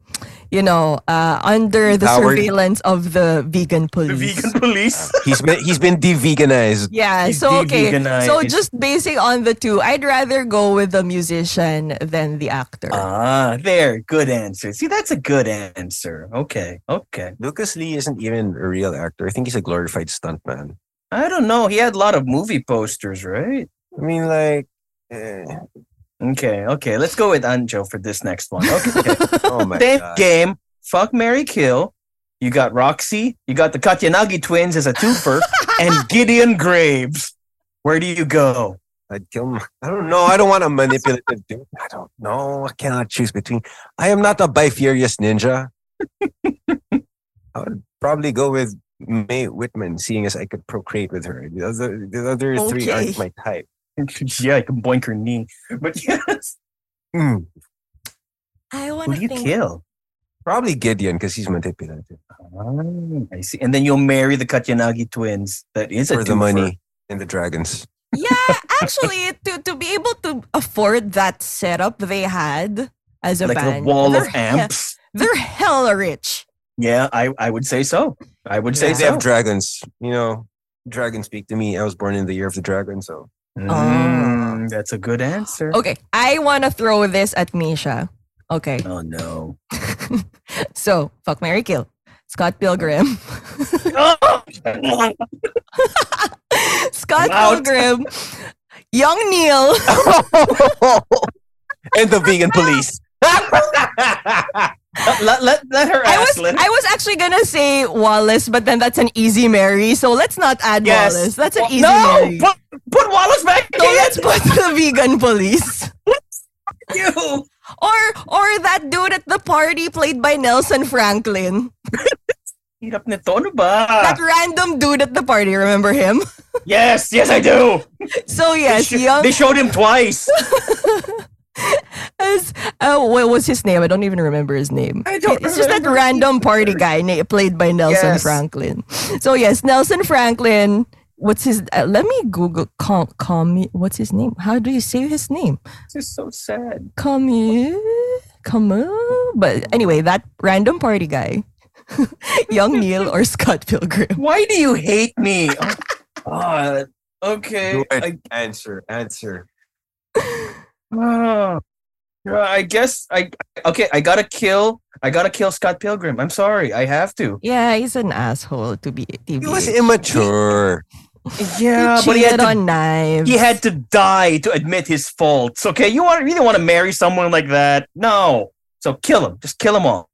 A: you know uh under the
B: Powered.
A: surveillance of the vegan
C: The
A: police
C: vegan police.
B: He's been he's been de-veganized.
A: yeah
C: He's
A: so okay so
C: de-veganized.
A: just basing on the two i'd rather go with the musician than the actor
C: ah, there. Good answer. See, that's a good answer. Okay. Okay.
B: Lucas Lee isn't even a real actor. I think he's a glorified stuntman.
C: I don't know. He had a lot of movie posters, right?
B: I mean, like, eh,
C: Okay. Okay. Let's go with Anjo for this next one. Okay.
B: oh my
C: Same
B: god.
C: game. Fuck Mary Kill. You got Roxy. You got the Katyanagi twins as a twofer, and Gideon Graves. Where do you go?
B: I'd kill my, I don't know. I don't want a manipulative dude. I don't know. I cannot choose between. I am not a bifurious ninja. I would probably go with Mae Whitman, seeing as I could procreate with her. The other, the other three aren't
A: Okay.
B: my type.
C: yeah, you can boink her knee. But yes,
B: Mm,
A: i
C: who
A: want
C: do
A: to
C: you
A: think
C: kill?
B: probably Gideon because he's manipulative
C: Ah, I see. And then you'll marry the Katyanagi twins. That is a
B: for the
C: twofer.
B: money and the dragons.
A: yeah actually to to be able to afford that setup they had as a
C: Like a
A: band
C: wall of
A: they're he-
C: amps.
A: they're hella rich
C: Yeah, I, I would say so. I would say
A: Yeah. Oh.
B: They
C: so.
B: have dragons. You know, dragons speak to me. I was born in the year of the dragon, so
A: Oh.
C: Mm, that's a good answer.
A: Okay, I want to throw this at Misha. Okay,
C: Oh no.
A: so fuck Mary Kill, Scott Pilgrim, Scott
C: Out.
A: Pilgrim, Young Neil,
B: and the vegan police.
C: let, let, let, let her
A: I
C: ask.
A: was
C: let her-
A: I was actually gonna say Wallace, but then that's an easy Mary, so let's not add
C: Yes.
A: Wallace. That's an
C: Well,
A: easy Mary.
C: No, put, put Wallace back
A: so
C: in.
A: let's put the vegan police.
C: you.
A: Or or that dude at the party played by Nelson Franklin.
C: Hirap nito, ano ba?
A: That random dude at the party, remember him?
C: yes, yes, I do.
A: So yes,
C: they, sho-
A: young
C: they showed him twice.
A: As, uh, what was his name? I don't even remember his name.
C: I don't
A: It's just that
C: remember
A: random party guy na- played by Nelson
C: Yes.
A: Franklin. So yes, Nelson Franklin. What's his? Uh, let me Google. Com, com, what's his name? How do you say his name?
C: this is so sad.
A: Camus. Camus. But anyway, that random party guy, Young Neil or Scott Pilgrim.
C: Why do you hate me? Oh, God. Okay.
B: Do it.
C: I,
B: answer, answer.
C: oh. Yeah, I guess I okay. I gotta kill. I gotta kill Scott Pilgrim. I'm sorry. I have to.
A: Yeah, he's an asshole to be. To
B: He was immature.
C: Yeah,
A: he
C: uh, but he
A: cheated
C: had to.
A: on knives.
C: He had to die to admit his faults. Okay, you want you don't want to marry someone like that. No. So kill him. Just kill him all.